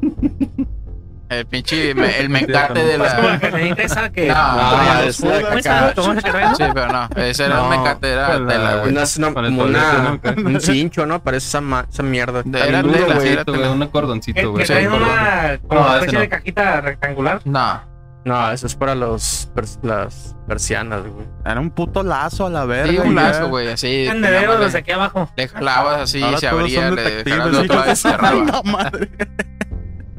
El pinche, me- el mecate de Es como la la... cadenita esa que. Ah. No, Ah, traía los es la jugos, caca. ¿no? ¿Cómo se traía? Sí, pero no, ese era No, el mecate, era con la- tela, güey. Pues, Una- es una- para el como tobillo, una- ¿no? Acá. un cincho, ¿no? Parece esa, ma- esa mierda. De- Era Era un tela, sí, era huevito, güey, tela. un acordoncito, Que güey. Sí, traía por una. Como No, una ese especie no. de cajita rectangular. No, No, eso es para los pers- las persianas, güey. Era un puto lazo a la verga. sí, un ya. lazo, güey, así. Tendedero nomás desde le, aquí abajo. le jalabas así, Ahora se todos abría, son le detectives, jalabas de otra hijos vez, se de cerraba. la madre.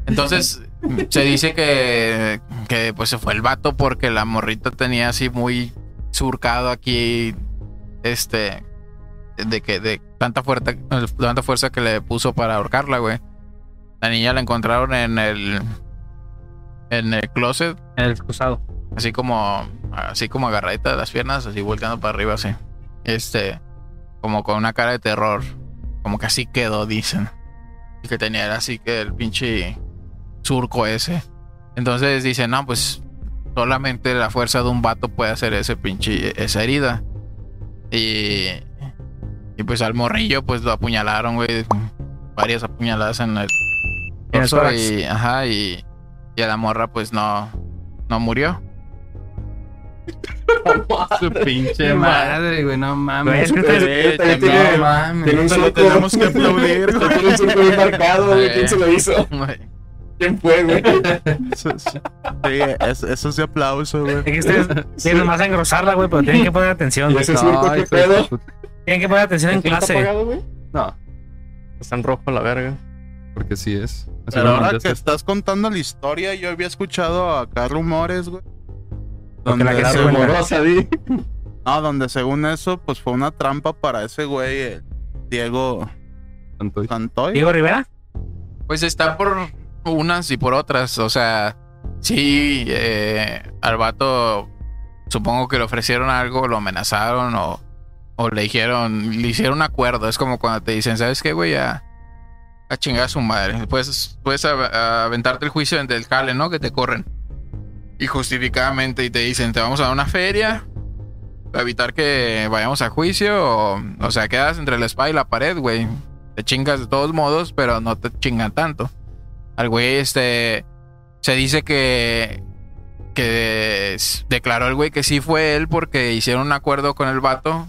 Entonces, se dice que, que pues se fue el vato porque la morrita tenía así muy surcado aquí, este, de que de tanta fuerza, tanta fuerza que le puso para ahorcarla, güey. La niña la encontraron en el, en el closet. En el excusado. así como así como agarradita de las piernas, así volteando para arriba así. Este, como con una cara de terror, como que así quedó, dicen. Y que tenía era así que el pinche surco ese. Entonces dicen, "No, pues solamente la fuerza de un vato puede hacer ese pinche esa herida." Y y pues al morrillo pues lo apuñalaron, güey, varias apuñaladas en el En el torso tórax. y ajá y y a la morra pues no no murió. Su pinche madre, güey, no Güey, mames. es que ustedes- No Güey, también tiene- mames. tiene un Se surco. lo tenemos que aplaudir. Tiene un surco bien marcado, güey. Eh. ¿Quién se lo hizo? ¿Quién fue, güey? Sí, sí, es- eso sí aplauso, güey. Es que ustedes quieren más engrosarla, güey, pero tienen que poner atención. Y güey. ese surco, Ay, pues, ¿qué hijo de pedo? puta. Tienen que poner atención en ¿Está clase. apagado, güey? No, Está en rojo la verga. porque sí es. Así Pero lo ahora que mandaste. estás contando la historia, yo había escuchado acá rumores, güey. Porque la gente donde era- se vuelve- rumorosa, di. No, donde según eso, pues fue una trampa para ese güey, el Diego Tanto- Santoy. Diego Rivera. Pues está por unas y por otras. O sea, sí, eh, al vato supongo que le ofrecieron algo, lo amenazaron o, o le dijeron, le hicieron un acuerdo. Es como cuando te dicen, ¿sabes qué, güey? A, a chingar a su madre. Puedes, puedes a- a aventarte el juicio del jale, ¿no? Que te corren. Y justificadamente y te dicen, te vamos a dar una feria para evitar que vayamos a juicio. O, o sea, quedas entre la espada y la pared, güey te chingas de todos modos, pero no te chingan tanto. Al güey, este. Se dice que. Que s- declaró el güey que sí fue él porque hicieron un acuerdo con el vato.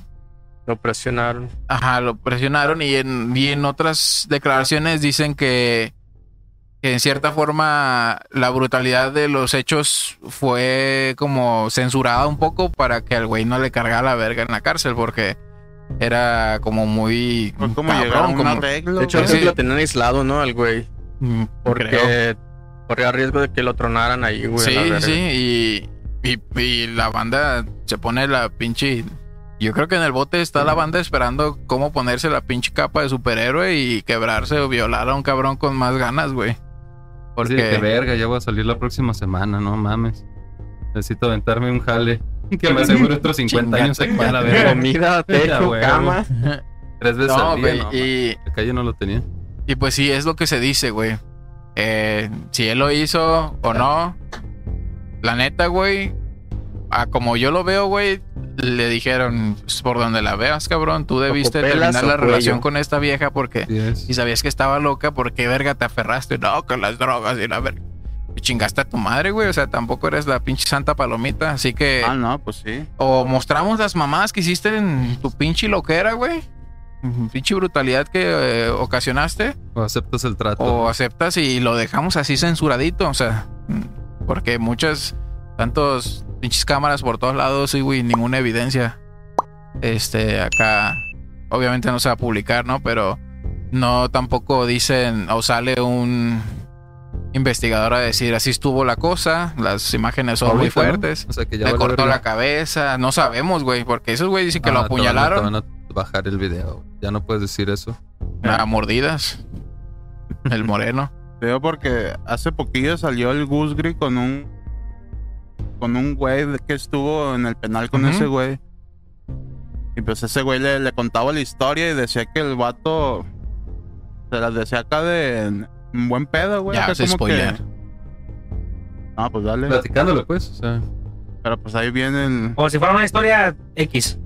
Lo presionaron. Ajá, lo presionaron y en, y en otras declaraciones dicen que. Que en cierta forma la brutalidad de los hechos fue como censurada un poco para que al güey no le cargara la verga en la cárcel porque era como muy. Fue como cabrón, llegar a un como- arreglo. De hecho, güey. Sí. antes lo tenían aislado, ¿no? Al güey. Mm, Porque creo. corría riesgo de que lo tronaran ahí, güey. a Sí, la verga. sí, y, y, y la banda se pone la pinche. Yo creo que en el bote está la banda esperando cómo ponerse la pinche capa de superhéroe y quebrarse o violar a un cabrón con más ganas, güey. Sí, Porque. de que verga, ya voy a salir la próxima semana, no mames. Necesito aventarme un jale. Que me asegure otros 50 años aquí a la verga. Comida, Ya, techo, güey, cama. Tres veces no, al día, güey, no, mames. y, Acá yo no lo tenía. y pues sí, es lo que se dice, güey. Eh, si él lo hizo o no. La neta, güey. A como yo lo veo, güey, le dijeron, "Pues, por donde la veas, cabrón, tú debiste Cocopelas terminar o la cuello". relación con esta vieja porque Sí es. Si sabías que estaba loca, ¿por qué verga te aferraste? No, con las drogas y la verga. Y Chingaste a tu madre, güey. O sea, tampoco eres la pinche santa palomita. Así que, Ah, no, pues sí. o mostramos las mamadas que hiciste en tu pinche loquera, güey. Pinche brutalidad que eh, ocasionaste. O aceptas el trato. O aceptas y lo dejamos así censuradito. O sea, mm, porque muchas, tantos pinches cámaras por todos lados y, güey, ninguna evidencia. Este, acá, obviamente no se va a publicar, ¿no? Pero no tampoco dicen o sale un investigador a decir así estuvo la cosa, las imágenes son muy Ahorita, ¿no? fuertes. O sea, que ya Le vale cortó verga. la cabeza, no sabemos, güey, porque esos güey dicen que Ah, lo te van a- apuñalaron Te van, a bajar el video. Ya no puedes decir eso. a mordidas. El moreno. Veo porque hace poquillo salió el Gusgri con un. Con un güey de- que estuvo en el penal con Ujú. ese güey. Y pues ese güey le, le contaba la historia y decía que el vato. Se las decía acá de. en buen pedo, güey. Ya, acá vas a como spoilear. Ah, pues dale. Platicándolo, pues. O sea, Pero pues ahí viene el. Como si fuera una historia X.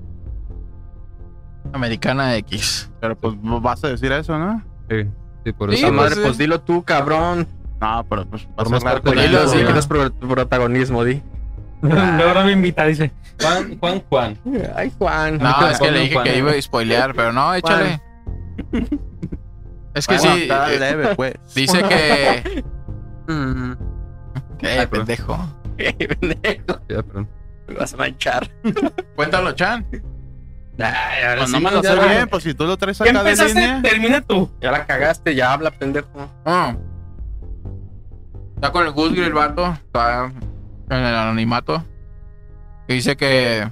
Americana X. Pero pues vas a decir eso, ¿no? sí, sí, por Sí, eso. Esa pues, madre, eh. pues dilo tú, cabrón. No, pero pues va a Formas cerrar parte con de la- Oye, ellos, los sí, güey. divinos pro- protagonismo, di. Ahora me invita, dice. Juan, Juan, Juan. Ay, Juan. Ah, que No, es que le le pongan dije Juan, que eh. iba a spoilear, pero no, échale. Es que Bueno, sí, está eh, leve, pues. dice que. Mm. Eh, perdón. pendejo. Ya, perdón. Me vas a manchar. Cuéntalo, Chan. Ay, ahora Pues sí no me lo ya sé va. bien, pues si tú lo traes ¿Ya acá de línea. empezaste? Termina tú. Ya la cagaste, ya habla, pendejo. Mm. Está con el Guzgri el vato. Está en el anonimato. Y dice que.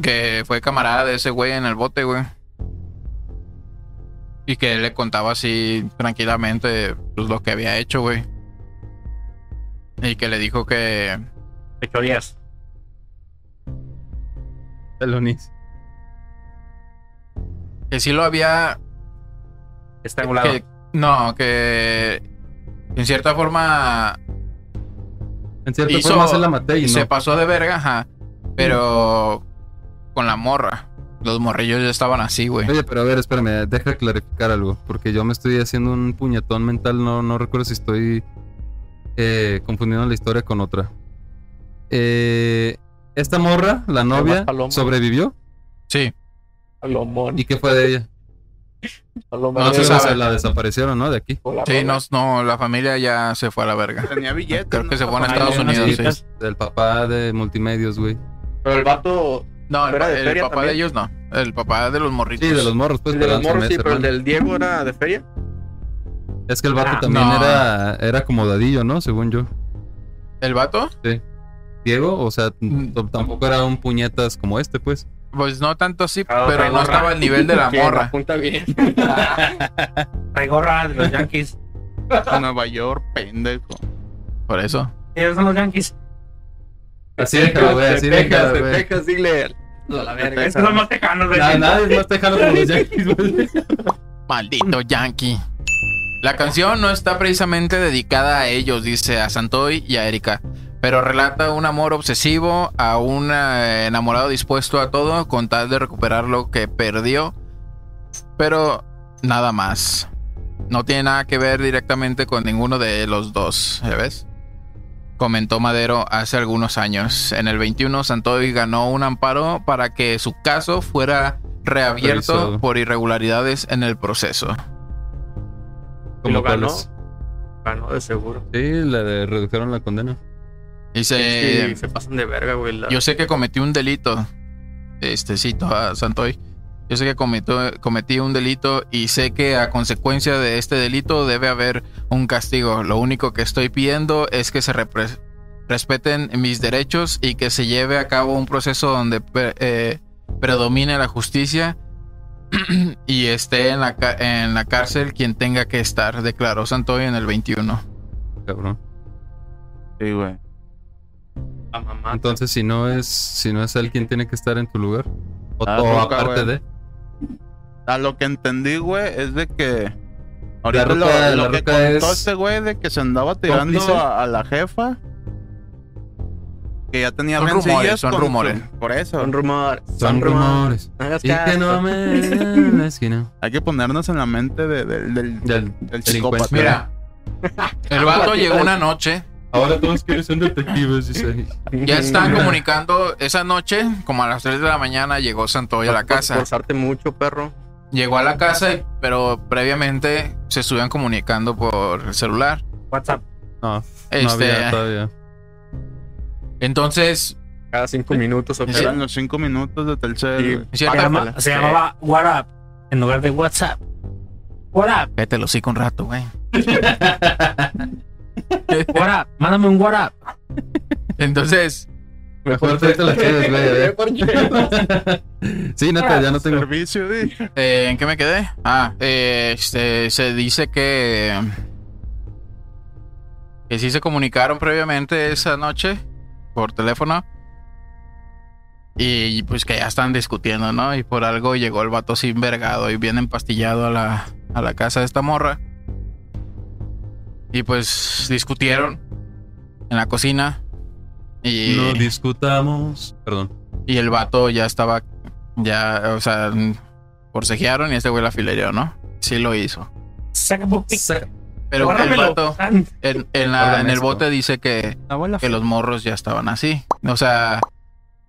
Que fue camarada de ese güey en el bote, güey. Y que él le contaba así tranquilamente pues, lo que había hecho, güey. Y que le dijo que. Fechorías. Pelonis. Que sí lo había Estrangulado. Que- no, que en cierta forma En cierta Hizo- forma se la maté y no. se pasó de verga, ajá, pero con la morra. Los morrillos ya estaban así, güey. Oye, pero a ver, espérame, deja clarificar algo, porque yo me estoy haciendo un puñetón mental, no, no recuerdo si estoy eh, confundiendo la historia con otra. Eh, esta morra, la novia, paloma. sobrevivió Sí, Salomón, y qué fue de ella. Ah, Salomón. No se O sea, sabe. la desaparecieron, ¿no? De aquí. sí, no, no, la familia ya se fue a la verga. Tenía billetes. Creo que ¿no? se fue en Ahí Estados hay unas Unidos. sí. citas. Del papá de multimedios, güey. Pero el vato. No, el, Pero era de el feria papá de también. ellos no, el papá de los morritos. Sí, de los morros, pues. El de pero los morros, se sí, me pero el cerraron. del Diego era de feria. Es que el vato Ah, también no. era, era acomodadillo, ¿no? Según yo. ¿El vato? Diego, o sea, Mm. t- tampoco era un puñetas como este, pues. Pues no tanto así, pero Ah, otra no morra. estaba al nivel de la Que morra. Apunta bien. Regorra de los Yankees. En Nueva York, pendejo. Por eso. Ellos son los Yankees. Así déjalo, güey, así De Texas, déjalo, de güey. Texas, dile. No, la verga. Estos son los tejanos, güey. Nada, nada, es más tejano como los Yankees, güey. Maldito Yankee. La canción no está precisamente dedicada a ellos, dice a Santoy y a Erika, pero relata un amor obsesivo a un eh, enamorado dispuesto a todo con tal de recuperar lo que perdió, pero nada más. No tiene nada que ver directamente con ninguno de los dos, ¿ya ves? Comentó Madero hace algunos años. En el 21, Santoy ganó un amparo para que su caso fuera reabierto Revisado. por irregularidades en el proceso. Y lo Como ganó. cuáles. Ganó de seguro. Sí, le de- redujeron la condena. Dice, Sí, se pasan de verga, güey. la- yo sé que cometí un delito. Este cito a Santoy. Yo sé que cometo- cometí un delito y sé que a consecuencia de este delito debe haber un castigo. Lo único que estoy pidiendo es que se repre- respeten mis derechos y que se lleve a cabo un proceso donde pre- eh, predomine la justicia y esté en la, ca- en la cárcel quien tenga que estar, declaró Santoy en el 21. Cabrón. Sí, güey. La mamá. Entonces, si no es, si no es él quien tiene que estar en tu lugar. O, Ah, o nunca, aparte güey. de. A lo que entendí, güey, es de que. La Ahorita lo, ruca- lo la que ruca contó es- este güey de que se andaba tirando ¿Cómplice? a, a la jefa. Que ya tenía Son rencillas rumores, son con su- rumores. por eso. Son rumores. Son rumores. No hagas Y que caso. no me. en la esquina. Hay que ponernos en la mente de- del, del, Del- del delincuente. psicópata. Mira, el vato llegó una noche Ahora todos quieren ser detectives, dice. Ya están comunicando esa noche, como a las 3 de la mañana llegó Santoy a la Por casa. Forzarte mucho, perro. Llegó a la casa, y- pero previamente se estuvieron comunicando por el celular. WhatsApp. No, no había Este, todavía. entonces, Cada cinco minutos o Sí. qué. Eran los cinco minutos de Telcel. en cierta Se, llama- forma- se llamaba WhatsApp en lugar de WhatsApp. WhatsApp, Cállate lo hocico un rato, güey. WhatsApp, mándame un WhatsApp. Entonces, Mejor tráete las chidas, güey. a ver. ¿eh? Sí, neta, ya no tengo. Servicio, di. eh, ¿en qué me quedé? Ah, eh, este, se dice que. Que sí se comunicaron previamente esa noche por teléfono. Y pues que ya están discutiendo, ¿no? Y por algo llegó el vato sin vergado y bien empastillado a la, a la casa de esta morra. Y pues discutieron en la cocina. Y, No discutamos. Perdón. y el vato ya estaba, ya, o sea, forcejearon y este güey la filereó, ¿no? Sí lo hizo. Saca un pic. Saca. Pero el Guárdamelo. vato San. en, en la- Guárdame en el esto. bote dice que, Abuela. que los morros ya estaban así. O sea,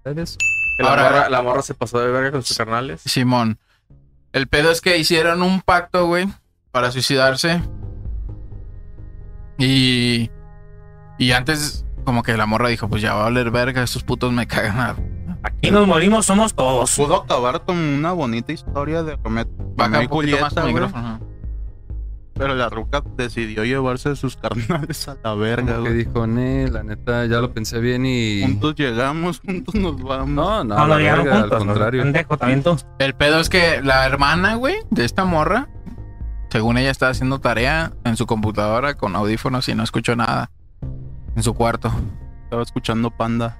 ¿Eres? Que la, Ahora- morra, la morra se pasó de verga con sus carnales. Simón. El pedo es que hicieron un pacto, güey, para suicidarse. Y. Y antes, como que la morra dijo, pues ya va a oler verga, estos putos me cagan. a- Aquí nos morimos, somos todos. Pudo acabar con una bonita historia de Romeo Baja Romeo un y poquito más Julieta, tu güey, micrófono. pero la ruca decidió llevarse a sus carnales a la verga, Como que güey. dijo, ne, la neta, ya lo pensé bien y... Juntos llegamos, juntos nos vamos. No, no, No, no la llegaron verga, Ah, juntos. al ¿no? contrario. Pendejo, también tú. El pedo es que la hermana, güey, de esta morra, según ella estaba haciendo tarea en su computadora con audífonos y no escuchó nada en su cuarto. Estaba escuchando Panda.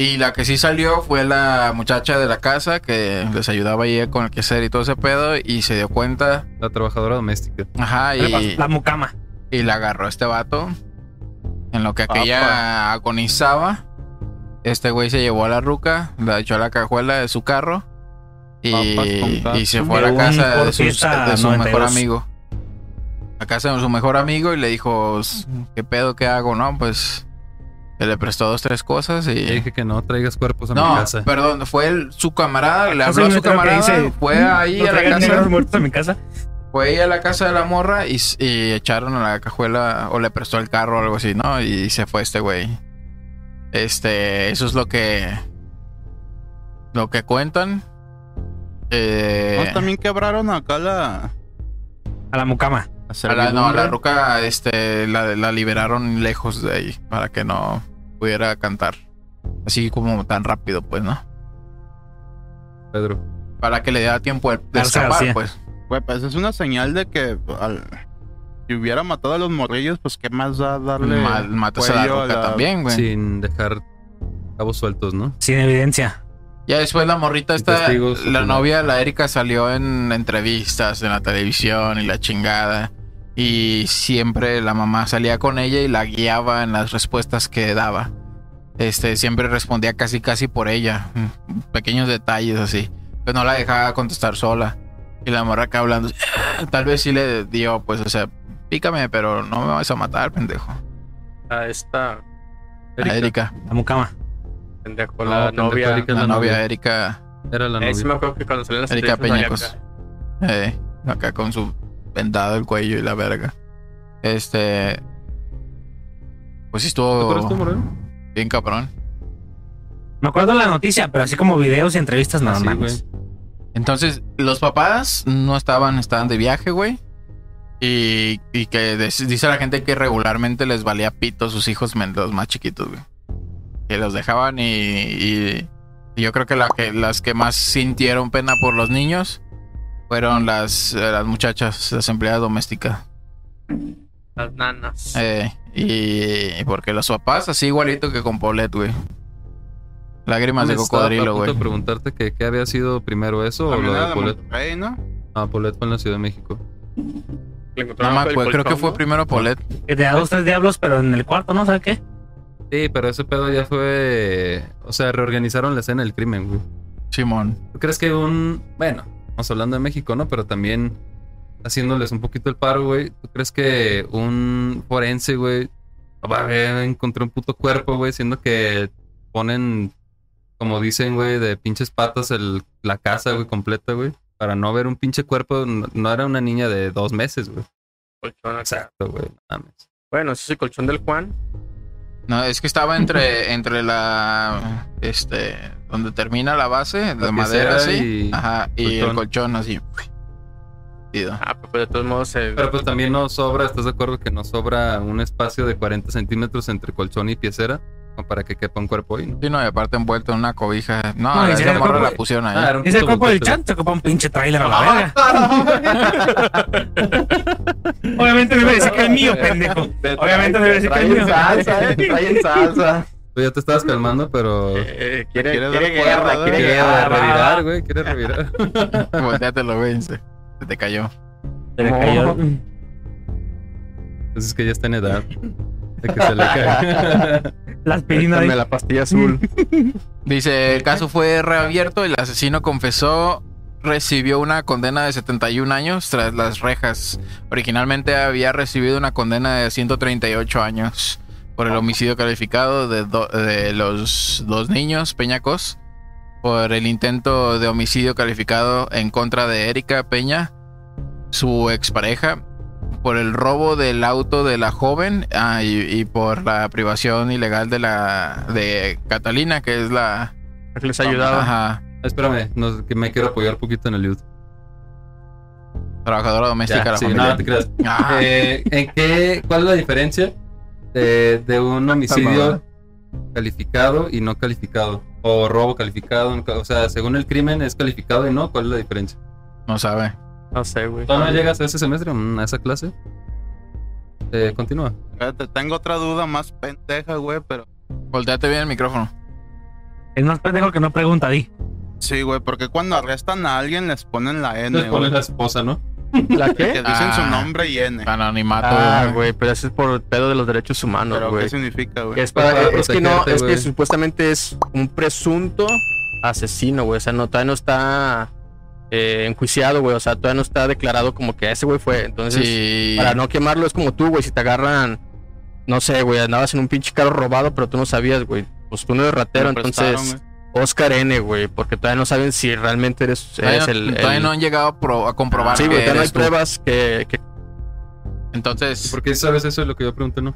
Y la que sí salió fue la muchacha de la casa que les ayudaba ella con el quehacer y todo ese pedo y se dio cuenta. La trabajadora doméstica. Ajá, y, pues, La mucama. y la agarró este vato. En lo que aquella agonizaba, este güey se llevó a la ruca, la echó a la cajuela de su carro Papas y, con cal. y se fue a De la un casa de, Ford sus- Fiesta de su mejor 92. amigo. A casa de su mejor amigo y le dijo, "S- ¿qué pedo, qué hago? No, pues se le prestó dos, tres cosas y... Le dije que no traigas cuerpos a No, mi casa. perdón, fue el- su camarada, le Yo habló soy a un su letrero que camarada, dice, fue ahí no a la traigan casa, negros muertos a mi casa. fue ahí a la casa de la morra y, s- y echaron a la cajuela o le prestó el carro o algo así, ¿no? Y se fue este güey. Este, eso es lo que lo que cuentan. Eh, No, también quebraron acá la. A la mucama. la a la, no, a la servidumbre. ruca, este, la, la liberaron lejos de ahí para que no pudiera cantar así como tan rápido, pues, ¿no? Pedro. Para que le diera tiempo de, de Garza escapar, García. pues. Güey, pues es una señal de que al- si hubiera matado a los morrillos, pues qué más da darle. Ma- matas a la cuello a roca la- también, güey. Sin dejar cabos sueltos, ¿no? Sin evidencia. Ya después la morrita esta, testigos, la ¿no? novia, la Erika, salió en entrevistas, en la televisión y la chingada. Y siempre la mamá salía con ella y la guiaba en las respuestas que daba. Este, siempre respondía casi casi por ella. mm, Pequeños detalles así. Pero no la dejaba contestar sola. Y la morra acá hablando. "Ah, Tal vez sí le dio, pues, o sea, pícame, pero no me vas a matar, pendejo. A esta La Erika. Erika, La mucama. pendejo, No, la pendejo, novia. Erika. la, La novia, novia. Erika. Era la Eh, sí novia. me acuerdo que cuando salían las Erika entrevistas salía Peñacos. Eh, acá con su vendado el cuello y la verga. Este. Pues sí ¿Te acuerdas tú, estuvo Moreno? bien cabrón. Me acuerdo la noticia, pero así como videos y entrevistas, nada Ah, sí, más. Entonces, los papás no estaban, estaban de viaje, güey. Y, y que des- dice la gente que regularmente les valía pito sus hijos men- los más chiquitos, güey. Que los dejaban y, y- y yo creo que, la que las que más sintieron pena por los niños fueron las, eh, las muchachas, las empleadas domésticas. acá, Las nanas. Eh, y porque los papás, así igualito que con Paulette, güey. Lágrimas de Estaba cocodrilo, a punto güey. de preguntarte que qué había sido primero eso o También lo era de de Polet. Monterrey, ¿no? Ah, Polet fue en la Ciudad de México. Le No encontraron me el acuerdo, creo que colchón, fue ¿no? primero Paulette. Que te da dos, tres diablos, pero en el cuarto, ¿no? ¿Sabes qué? Sí, pero ese pedo ya fue. O sea, reorganizaron la escena del crimen, güey. Simón. ¿Tú crees que un. Bueno, estamos hablando de México, ¿no? Pero también haciéndoles un poquito el paro, güey. ¿Tú crees que un forense, güey, no va a ver, encontró un puto cuerpo, güey, siendo que ponen, como dicen, güey, de pinches patas el, la casa, güey, completa, güey? Para no ver un pinche cuerpo, no, no era una niña de dos meses, güey. Colchón acá. Exacto, güey. no mames. Bueno, ese es el colchón del Juan. No, es que estaba entre, entre la. Este. Donde termina la base, la La madera, pecera así. y Ajá. Y el colchón. colchón, así. Chido. Ah, pero pues de todos modos el- Pero pues también no sobra, ¿estás de acuerdo que no sobra un espacio de 40 centímetros entre colchón y piecera? Como para que quepa un cuerpo ahí, ¿no? Sí, no, y aparte envuelto en una cobija. No, No, y si esa era morra como- la pusieron ahí. Ah, era un Dice el puto cuerpo del boquete. chan, se ocupa un pinche trailer a la verga. Obviamente debe decir que es mío, pendejo. Obviamente debe decir que es mío. eh, en salsa. Tú ya te estabas calmando, pero. Eh, quiere, Quiere quiere, dar cuerda, guerra, quiere Quiere guerra. revirar, güey. Quiere revirar. Ah. Volteatelo, güey. dice. Se te cayó. Se le cayó. Pues es que ya está en edad. De que se le cae. La aspirina Dame ahí. la pastilla azul. Dice, el caso fue reabierto, el asesino confesó recibió una condena de 71 años tras las rejas. Originalmente había recibido una condena de 138 años por el homicidio calificado de, do- de los dos niños Peñacos, por el intento de homicidio calificado en contra de Erika Peña, su expareja, por el robo del auto de la joven ah, y, y por la privación ilegal de la de Catalina, que es la que les ayudaba. Ajá. Espérame, no, que me quiero apoyar un poquito en el youth. trabajadora doméstica de la sí, familia. no, te creas. Ah, Eh, ¿en qué, ¿Cuál es la diferencia de, de un homicidio calificado y no calificado? O robo calificado. no cal- O sea, según el crimen es calificado y no. ¿Cuál es la diferencia? no sabe. No sé, güey. ¿Tú no llegas a ese semestre, mm, a esa clase? Eh, continúa. Espérate, tengo otra duda más pendeja, güey, pero. Volteate bien el micrófono. Es más pendejo que no pregunta, di. Sí, güey, porque cuando Ah. arrestan a alguien les ponen la N, Entonces güey. pones la esposa, ¿no? ¿La Que qué? dicen Ah. su nombre y N. Anonimato. Ah, güey, pero eso es por el pedo de los derechos humanos, pero, güey. ¿qué significa, güey? Es, para- Para es que no, protegerte, es que güey. supuestamente es un presunto asesino, güey. O sea, no, todavía no está eh, enjuiciado, güey. O sea, todavía no está declarado como que ese güey fue. Entonces, Sí. para no quemarlo es como tú, güey. Si te agarran, no sé, güey, andabas en un pinche carro robado, pero tú no sabías, güey. Pues tú no eres Me ratero, prestaron, entonces güey. Oscar N, güey, porque todavía no saben si realmente eres, Todavía, eres no, el, todavía el- no han llegado a, pro- a comprobar Sí, que güey, todavía no hay eres tú. pruebas que, que Entonces, ¿Por qué sabes eso? Es lo que yo pregunto, ¿no?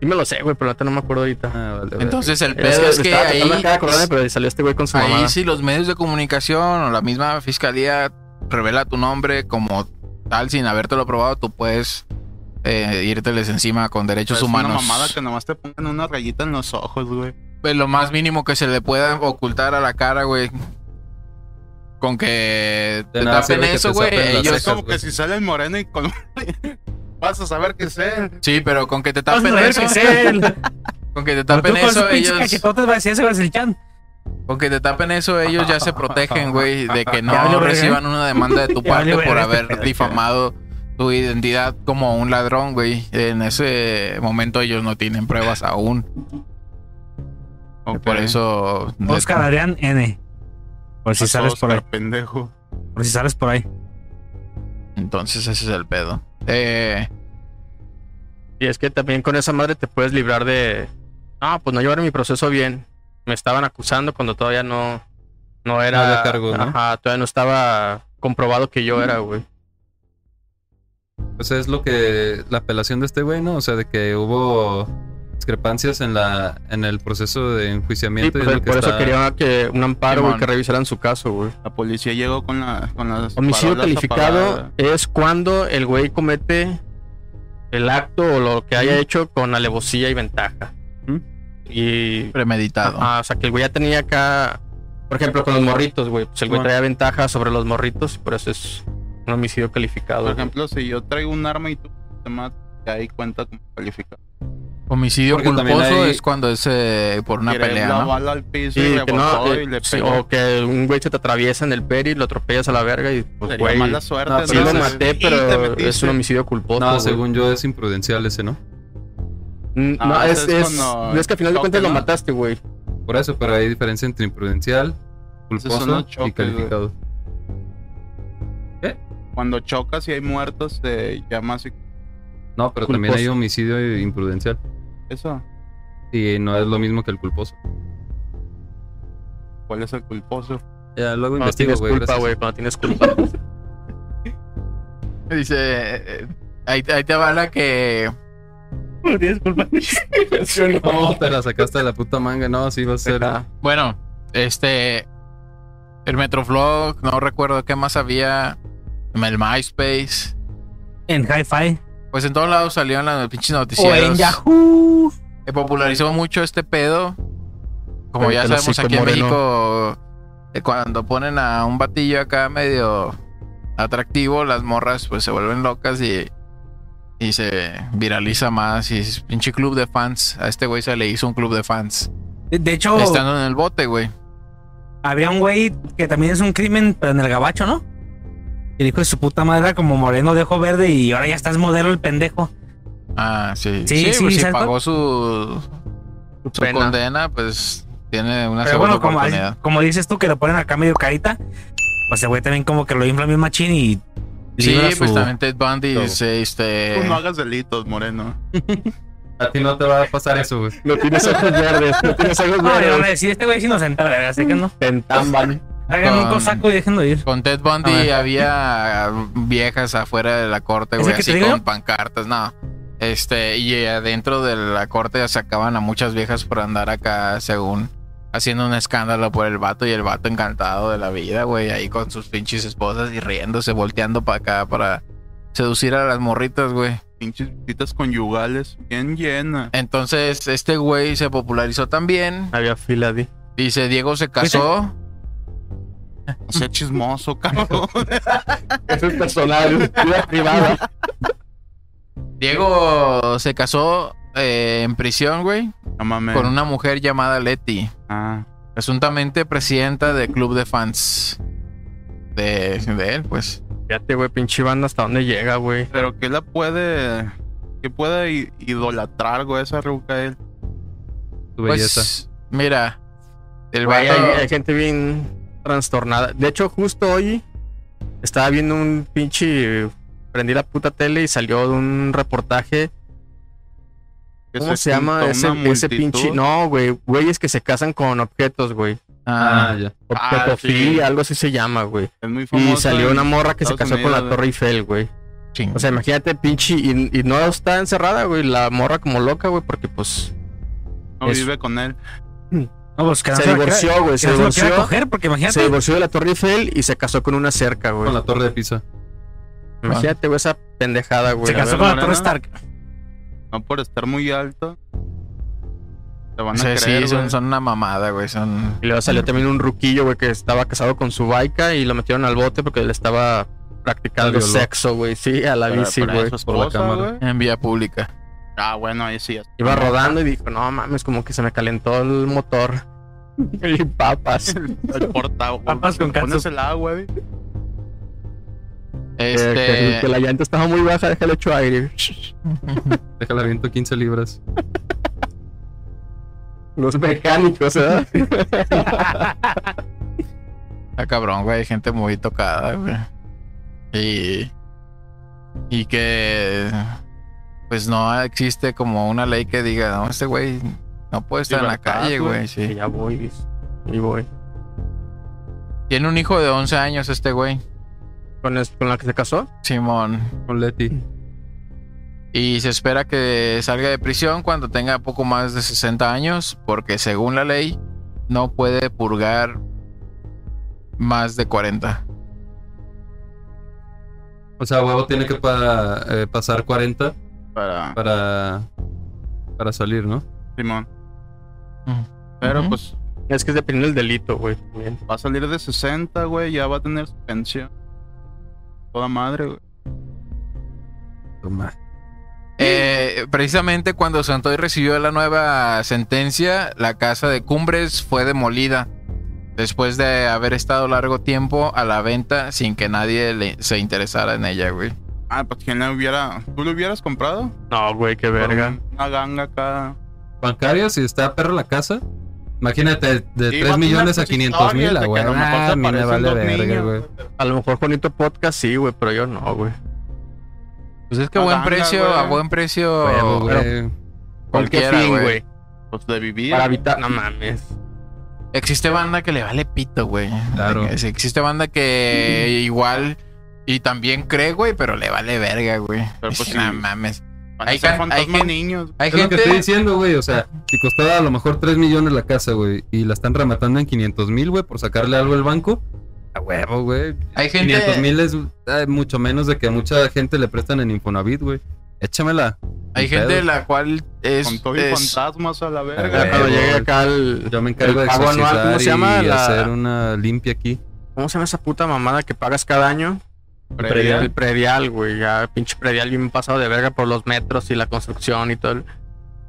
sí me lo sé, güey, pero ahorita no me acuerdo ahorita. Ah, vale, vale. entonces el Es pedo que es que eh, estaba tratando ahí, acá de acordarme, pero salió este güey con su mamá. ahí si los medios de comunicación o la misma fiscalía revela tu nombre como tal sin habértelo probado, tú puedes eh, írteles encima con derechos Es Pues, una humanos. mamada que nomás te pongan una rayita en los ojos, güey. Pues lo más mínimo que se le pueda ocultar a la cara, güey. Con que te De nada tapen sirve que eso, te güey. tapen las Ellos Es como güey. que si sale el moreno y con. Vas a saber qué sé. Sí, pero con que te Vas a tapen saber eso, que es él. con que te Pero tú tapen con esos eso, pinches ellos, cachetotes vas a decir, ese güey es el Chan. con que te tapen eso, ellos ya se protegen, güey, de que Ya no valió verga. reciban una demanda de tu Ya valió parte por verga este haber pedo, difamado tu identidad como un ladrón, güey. En ese momento ellos no tienen pruebas aún, y por eso Oscar Adrián N. Por si sales por ahí. pendejo. Por si sales por ahí. Entonces ese es el pedo. Eh, Y es que también con esa madre te puedes librar de. Ah, pues no llevar mi proceso bien. Me estaban acusando cuando todavía no. No era. No había cargos, ¿no? Ajá, todavía no estaba comprobado que yo era, güey. O sea, es lo que la apelación de este güey, ¿no? O sea, de que hubo discrepancias en la en el proceso de Sí, enjuiciamiento. y por, es lo que por eso está- quería que un amparo, güey, Simón. que revisaran su caso, güey. La policía llegó con la. Con las Homicidio farolas calificado apagadas. es cuando el güey comete el acto o lo que haya hecho con alevosía y ventaja. Ujú. Y premeditado. Ah, o sea, que el güey ya tenía acá. Por ejemplo, con los morritos, güey. Pues el güey Simón. traía ventaja sobre los morritos y por eso es un homicidio calificado. Por güey. ejemplo, si yo traigo un arma y tú te matas, ahí cuenta como calificado. Homicidio Porque también culposo hay- es cuando es eh, por una Tiré pelea, la ¿no? bala al piso Sí, y que rebotó no, y le eh, sí, pegó. o que un güey se te atraviesa en el peri, lo atropellas a la verga y pues, Sería güey. mala suerte. no, Sí lo entonces. maté, Y te pero metiste. es un homicidio culposo. No, güey. según yo es imprudencial ese, ¿no? Mm, No, No, es, ese es es- cuando es que al final de choque, cuentas lo ¿no? mataste, güey. Por eso, pero hay diferencia entre imprudencial, Esos son culposo los choques, y calificado. Cuando chocas y hay muertos, te llamas y No, pero también Culposo. hay homicidio imprudencial. eso. Y no es lo mismo que el culposo. ¿Cuál es el culposo? Ya, luego Cuando investigo, tienes güey. culpa, gracias. güey. Cuando tienes culpa. Dice, eh, ahí, ahí te va la que... Cuando tienes culpa. No, te la sacaste de la puta manga. No, sí va a ser. Bueno, este... El Metroflog, no recuerdo qué más había. El MySpace. En Hi-Fi. Pues en todos lados salieron las pinches O noticieros. en Yahoo. Se popularizó mucho este pedo. Como Cállate ya el sabemos hocico, aquí en moreno. México, eh, cuando ponen a un batillo acá medio atractivo, las morras pues se vuelven locas y, y se viraliza más. Y es pinche club de fans. A este güey se le hizo un club de fans. De, de hecho, Estando en el bote, güey. había un güey que también es un crimen, pero en el gabacho, ¿no? El hijo de su puta madre era como moreno de ojo verde y ahora ya estás modelo el pendejo. Ah, sí. Sí, sí, pues, si ¿sabes pagó su, su pena. condena, pues tiene una Pero segunda bueno, como, oportunidad. como dices tú, que lo ponen acá medio carita. Pues el güey también como que lo infla bien machín y Sí, libra pues su- también Ted Bundy todo. es, Eh. este. Tú Pues no hagas delitos, Moreno. A ti no te va a pasar eso, güey. No tienes ojos verdes, no tienes No, le ojos van a verdes. decir, este güey es inocente, la verdad, así que no. Tentamban. Hagan un Con- cosaco y déjenlo ir. Con Ted A Bundy ver. había viejas afuera de la corte, ¿Es güey, el que te así digo? con pancartas, no. Este, y adentro de la corte sacaban a muchas viejas por andar acá, según haciendo un escándalo por el vato y el vato encantado de la vida, güey, ahí con sus pinches esposas y riéndose, volteando para acá para seducir a las morritas, güey. Pinches visitas conyugales bien llena. Entonces, este güey se popularizó también. Había fila, di. Dice, Diego se casó. O sea, chismoso, cabrón. Es un personal, vida privada. Diego se casó eh, en prisión, güey. No mames. con una mujer llamada Letty, Ah, presuntamente presidenta del club de fans de, de él, pues. Fíjate, güey, pinche banda hasta dónde llega, güey. pero que la puede. Que puede i- idolatrar, güey, esa ruca él. Tu belleza. Pues, mira, el Güey, eh, vato- hay, hay gente bien trastornada. De hecho, justo hoy estaba viendo un pinche. Prendí la puta tele y salió de un reportaje. Que ¿Cómo se juntó llama una ese, multitud. ese pinche? No, güey. Güeyes que se casan con objetos, güey. Ah, Ah, ya. Objetofilia, sí. algo así se llama, güey. Es muy famoso. Y salió en- una morra que se Estados casó con la Unidos, Torre Eiffel, güey. ching. O sea, imagínate, pinche. Y, y no está encerrada, güey. La morra como loca, güey, porque pues. No es- vive con él. No, pues que no lo se quiera- divorció, güey. que Se no lo quiera divorció. coger, porque imagínate. Se divorció de la Torre Eiffel y se casó con una cerca, güey. Con la torre de pizza. Imagínate, güey, esa pendejada, güey. se A casó ver, con la Morena. Torre Stark. No por estar muy alto. Te van O sea, a sí, creer, son, güey. son una mamada, güey. Son... Y luego salió también un ruquillo, güey, que estaba casado con su baica y lo metieron al bote porque le estaba La practicando violó. sexo, güey. Sí, a la Para- bici, para güey. su por la esposa, cámara. güey. En vía pública. Ah, bueno, ahí sí. Iba rodando y dijo, no mames, como que se me calentó el motor. y papas. El porta, güey. Papas con Pones catsup. el agua, güey. Eh, Que- Que, que Este. la llanta estaba muy baja, déjale hecho aire. Déjala viento 15 libras. Los mecánicos, ¿verdad? Está ah, cabrón, güey. Hay gente muy tocada, güey. Y. Y que. Pues no existe como una ley que diga, no, este güey no puede estar en la Libertad, calle, güey. güey. Sí. Y ya voy, dice. y voy. Tiene un hijo de 11 años este güey, ¿Con, es- con la que se casó? Simón. Con Leti. Y se espera que salga de prisión cuando tenga poco más de 60 años, porque según la ley no puede purgar más de 40. O sea, huevo tiene que pa- eh, pasar 40 Para para, para salir, ¿no? Simón. Pero Ujú. pues Es que depende del delito, güey. también. va a salir de 60, güey. Ya va a tener su pensión. Toda madre, güey. Toma. Eh, precisamente cuando Santoy recibió la nueva sentencia, la casa de Cumbres fue demolida después de haber estado largo tiempo a la venta sin que nadie le- se interesara en ella, güey. Ah, pues quién la hubiera. ¿Tú lo hubieras comprado? No, güey, qué Por verga. un- Una ganga acá. Bancario, si está perro la casa. Imagínate, de Sí, 3 va a millones a tener sus 500 mil, historias la de güey. que a lo mejor Ah, te a mí me aparecen vale dos verga, niños, güey. A lo mejor Juanito Podcast sí, güey, pero yo no, güey. Pues es que a A buen ganga, precio, güey. a buen precio. Huevo, güey. Cualquier Cualquiera, fin, güey. güey. Pues de vivir. Para evitar. No mames. Existe banda que le vale pito, güey. Claro. Es- Existe banda que igual y también cree, güey, pero le vale verga, güey. Pero pues Sí, sí. no mames. Van a hay ser can- hay fantasmas gen- niños. Hay Es lo que gente, estoy diciendo, güey. O sea, si costaba a lo mejor 3 millones la casa, güey, y la están rematando en 500 mil, güey, por sacarle algo al banco. Ah, A huevo, güey. hay 500 gente, mil es eh, mucho menos de que a mucha gente le prestan en Infonavit, güey. Échamela. hay Ni gente pedo. la cual es, Con todo y es- fantasmas a la A verga. ver, cuando güey. llegue acá el. Yo me encargo de El pago anual, exorcizar ¿cómo se y llama? La- hacer una limpia aquí. ¿Cómo se llama esa puta mamada que pagas cada año? Previa. El predial, güey. Ya, pinche predial bien pasado de verga por los metros y la construcción y todo. el-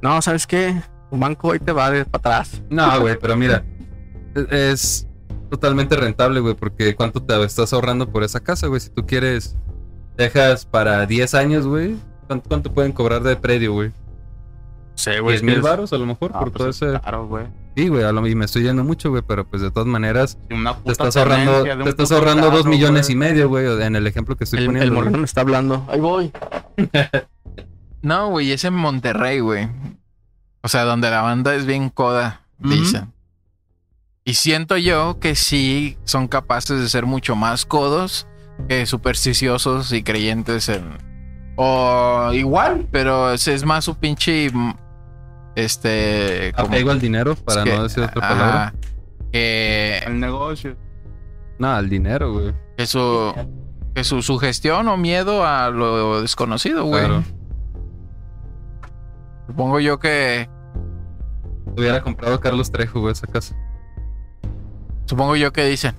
No, ¿sabes qué? Un banco hoy te va de para atrás. No, güey, pero mira, e-, es totalmente rentable, güey, porque cuánto te estás ahorrando por esa casa, güey. Si tú quieres, dejas para 10 años, güey. ¿Cuánto, cuánto pueden cobrar de predio, güey? sé, güey. ¿10 es mil que- varos a lo mejor Ah, por pues todo ese... Claro, güey. Sí, güey, a lo- y me estoy yendo mucho, güey, pero pues de todas maneras Una te puta estás ahorrando, tenencia de un te estás puto ahorrando dos carro, millones güey. y medio, güey, o- en el ejemplo que estoy El, el poniendo. güey. moreno me está hablando. Ahí voy. No, güey, es en Monterrey, güey. O sea, donde la banda es bien coda, Ujú. dicen. Y siento yo que sí son capaces de ser mucho más codos que supersticiosos y creyentes en... O igual, pero es, es más su pinche... mm, Este... como- Apego al Ah, dinero, para es que- no decir ah, otra ajá, palabra. Que, El negocio. No, al dinero, güey. que su... Que su sugestión o miedo a lo desconocido, güey. Claro. Supongo yo que... Hubiera comprado Carlos Trejo, güey, esa casa. Supongo yo que dicen...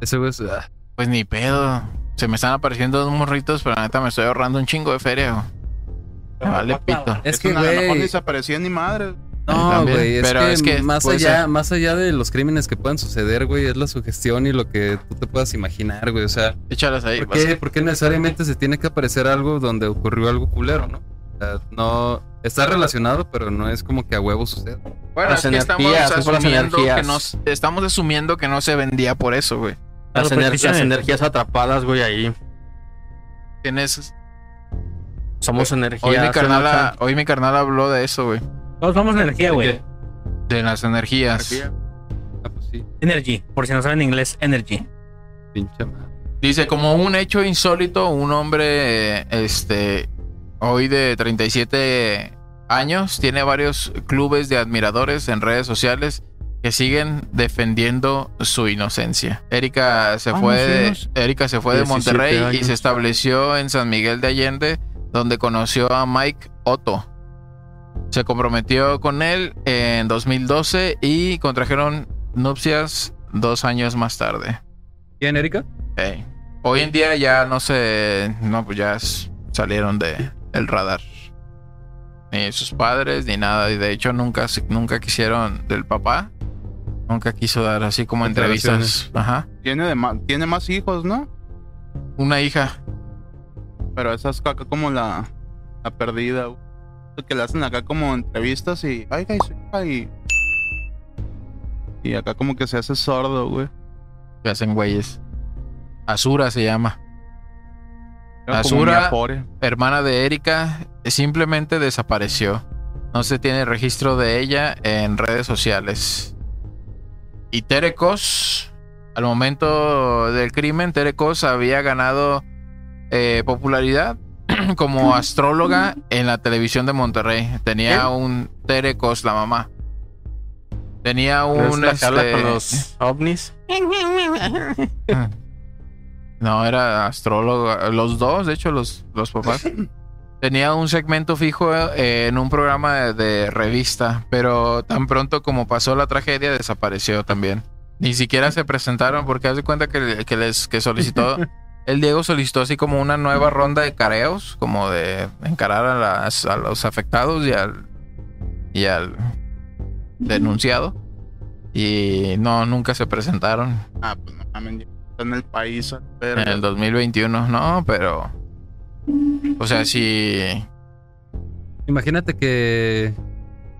Ese güey es... ah, Pues ni pedo. Se me están apareciendo dos morritos, pero la neta me estoy ahorrando un chingo de feria. güey. Me vale pito. Es Es que, una- a lo mejor güey, ni se aparecía ni madre. No, También, güey, es, pero que es que más puede allá, ser. más allá de los crímenes que puedan suceder, güey, es la sugestión y lo que tú te puedas imaginar, güey. O sea, Échalas ahí. ¿por vas. qué, por qué necesariamente se tiene que aparecer algo donde ocurrió algo culero, no? O sea, no está relacionado, pero no es como que a huevo sucede. Bueno, Las es que estamos energías, es por las asumiendo que energías. no, s- estamos asumiendo que no se vendía por eso, güey. Las, Claro, ener- pues, las sí, energías atrapadas, güey, ahí. Tienes. Somos energía. Hoy mi, carnal, ah, ha- hoy mi carnal habló de eso, güey. Todos vamos a energía, güey. De las energías. Ah, pues sí, Energy. Por si no saben inglés, energy. pinche madre. Dice, como un hecho insólito, un hombre, eh, este, hoy de 37 años, tiene varios clubes de admiradores en redes sociales que siguen defendiendo su inocencia. Erika se Ah, fue, no, sí, de, no sé. Erika se fue de 17 Monterrey y años. se estableció en San Miguel de Allende, donde conoció a Mike Otto. Se comprometió con él en 2012 y contrajeron nupcias dos años más tarde. ¿Quién, Erika? Ey. Hoy en día ya no se. No, pues ya s- salieron de el radar. Ni sus padres, ni nada. Y de hecho nunca, se- nunca quisieron del papá. Nunca quiso dar así como entrevistas. Ajá. Tiene, de ma- tiene más hijos, ¿no? Una hija. Pero esa es acá como la, la perdida, güey. Que le hacen acá como entrevistas y. Ay, ay, soy acá", y. Y acá como que se hace sordo, güey. Que hacen güeyes. Azura se llama. Era como Azura. mi Afore. Hermana de Erika. Simplemente desapareció. No se tiene registro de ella en redes sociales. Y Terecos, al momento del crimen, Terecos había ganado eh, popularidad como astróloga en la televisión de Monterrey. Tenía un Terecos, la mamá. Tenía un... Una este, con los ovnis. No, era astrólogo. Los dos, de hecho, los, los papás. Tenía un segmento fijo eh, en un programa de, de revista, pero tan pronto como pasó la tragedia, desapareció también. Ni siquiera se presentaron porque haz de cuenta que, que les que solicitó. El Diego solicitó así como una nueva ronda de careos, como de encarar a, las- a los afectados y al, y al denunciado. Y no, nunca se presentaron. Ah, pues no mames, ya está en el país. a la verga. En el 2021, no, pero. O sea, si. Imagínate que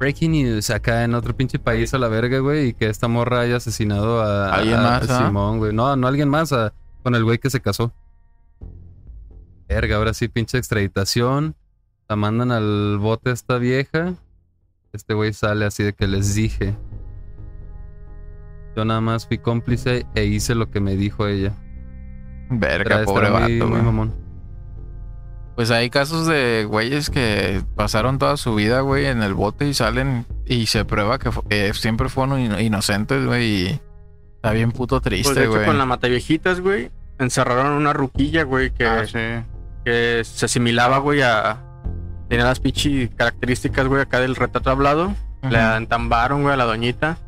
Breaking News acá en otro pinche país a la verga, güey, y que esta morra haya asesinado a, Alguien a más, ¿ah? Simón, güey. No, no alguien más, a- con el güey que se casó. Verga, ahora sí, pinche extraditación. La mandan al bote esta vieja. Este güey sale así de que les dije. Yo nada más fui cómplice e hice lo que me dijo ella. Verga, Está- pobre está muy- vato, muy güey. mamón. Pues hay casos de güeyes que pasaron toda su vida, güey, en el bote y salen y se prueba que fu- eh, siempre fueron ino- inocentes, güey. Y está bien puto Pues de triste, hecho, güey. con la mataviejitas, güey, encerraron una ruquilla, güey, que, Ah, sí. que se asimilaba, güey, a. Tenía las pichi características, güey, acá del retrato hablado. Ujú. La entambaron, güey, a la doñita.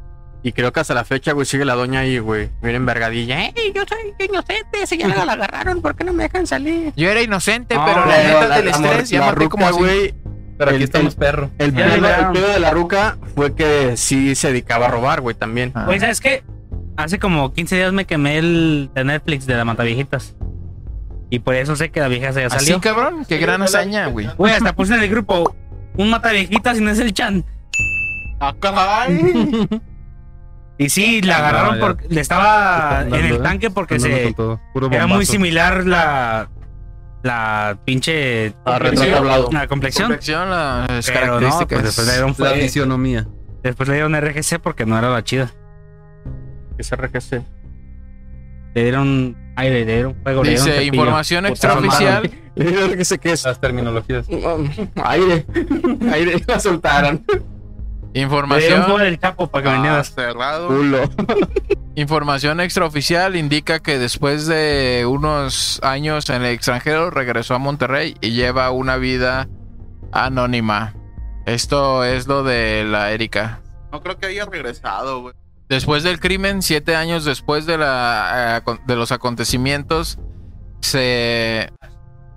Y creo que hasta la fecha, güey, sigue la doña ahí, güey. Bien envergadilla. ¡Ey, yo soy inocente! Si ya la agarraron, ¿por qué no me dejan salir? Yo era inocente, No, pero la no, neta la- del la mor- estrés ya la maté ruca, como a cinco. güey. Pero El- aquí estamos el- perro. El Ya, pedo, ya. el pedo de la ruca fue que sí se dedicaba a robar, güey, también. Ah, Güey, ¿sabes qué? Hace como 15 días me quemé el de Netflix de la Mataviejitas. Y por eso sé que la vieja se ya Así, salió. cabrón, qué gran hazaña, güey. Güey, hasta puse en el grupo. un mataviejitas y no es el Chan. ¡Ah, caray! Y sí, la Ah, agarraron ya. porque le estaba en el tanque porque Andando con se todo, puro era bombazo. muy similar la la pinche A retrato hablado. la complexión. Complexión, las Pero no, pues después le características. dieron La fue- fisionomía. después le dieron RGC porque no era la chida. Que se enriquece. Le dieron aire, le dieron fuego, le dieron Dice cepillo. información Pues, Putaron extraoficial. que sé que es. Las terminologías. Mm, Aire. Aire. La soltaron. Le dieron Información, fuego del capo para que Ah, venías. cerrado. Culo. información extraoficial indica que después de unos años en el extranjero regresó a Monterrey y lleva una vida anónima. Esto es lo de la Erika. No creo que haya regresado, güey. Después del crimen, siete años después de, la, eh, acon- de los acontecimientos, se,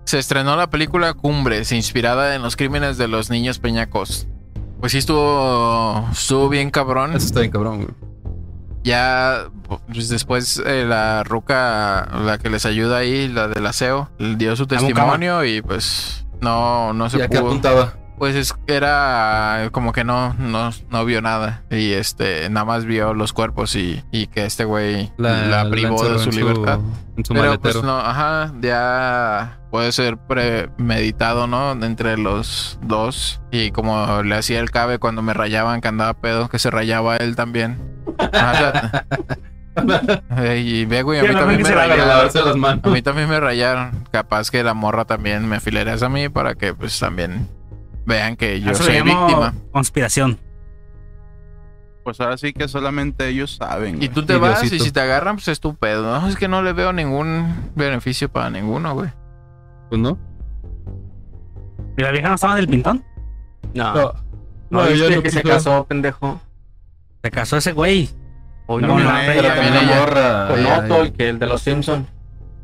se estrenó la película Cumbres, inspirada en los crímenes de los niños peñacos. Pues sí estuvo, estuvo bien cabrón. Eso está bien cabrón, güey. Ya pues, después eh, la ruca, la que les ayuda ahí, la del aseo, dio su mucama. testimonio y pues no, no ¿Y se a qué pudo. apuntaba? Pues es que era como que no, no, no vio nada. Y este, nada más vio los cuerpos y, y que este güey la, privó encerró de su en libertad. En su Pero maletero. pues no, ajá, ya puede ser premeditado, ¿no? Entre los dos. Y como le hacía el cabe cuando me rayaban, que andaba pedo, que se rayaba él también. Ajá, eh, y ve, güey, a Sí, mí la también mente me se la Para rayaron. lavarse las manos. A mí también me rayaron. Capaz que la morra también me filereas a mí para que pues también vean que yo Eso soy le llamo víctima. conspiración. Pues ahora sí que solamente ellos saben. Y güey. tú te vas y Diosito. si te agarran, pues es tu pedo. No, es que no le veo ningún beneficio para ninguno, güey. Pues no. ¿Y la vieja no estaba del pintón? Ah, No. No, No, yo viste no que se quiso. casó, pendejo. Se casó ese güey. Hoy No, con no, la ella, pero también también ella. morra. con Ay, ay, Otto, el que el de los Simpsons.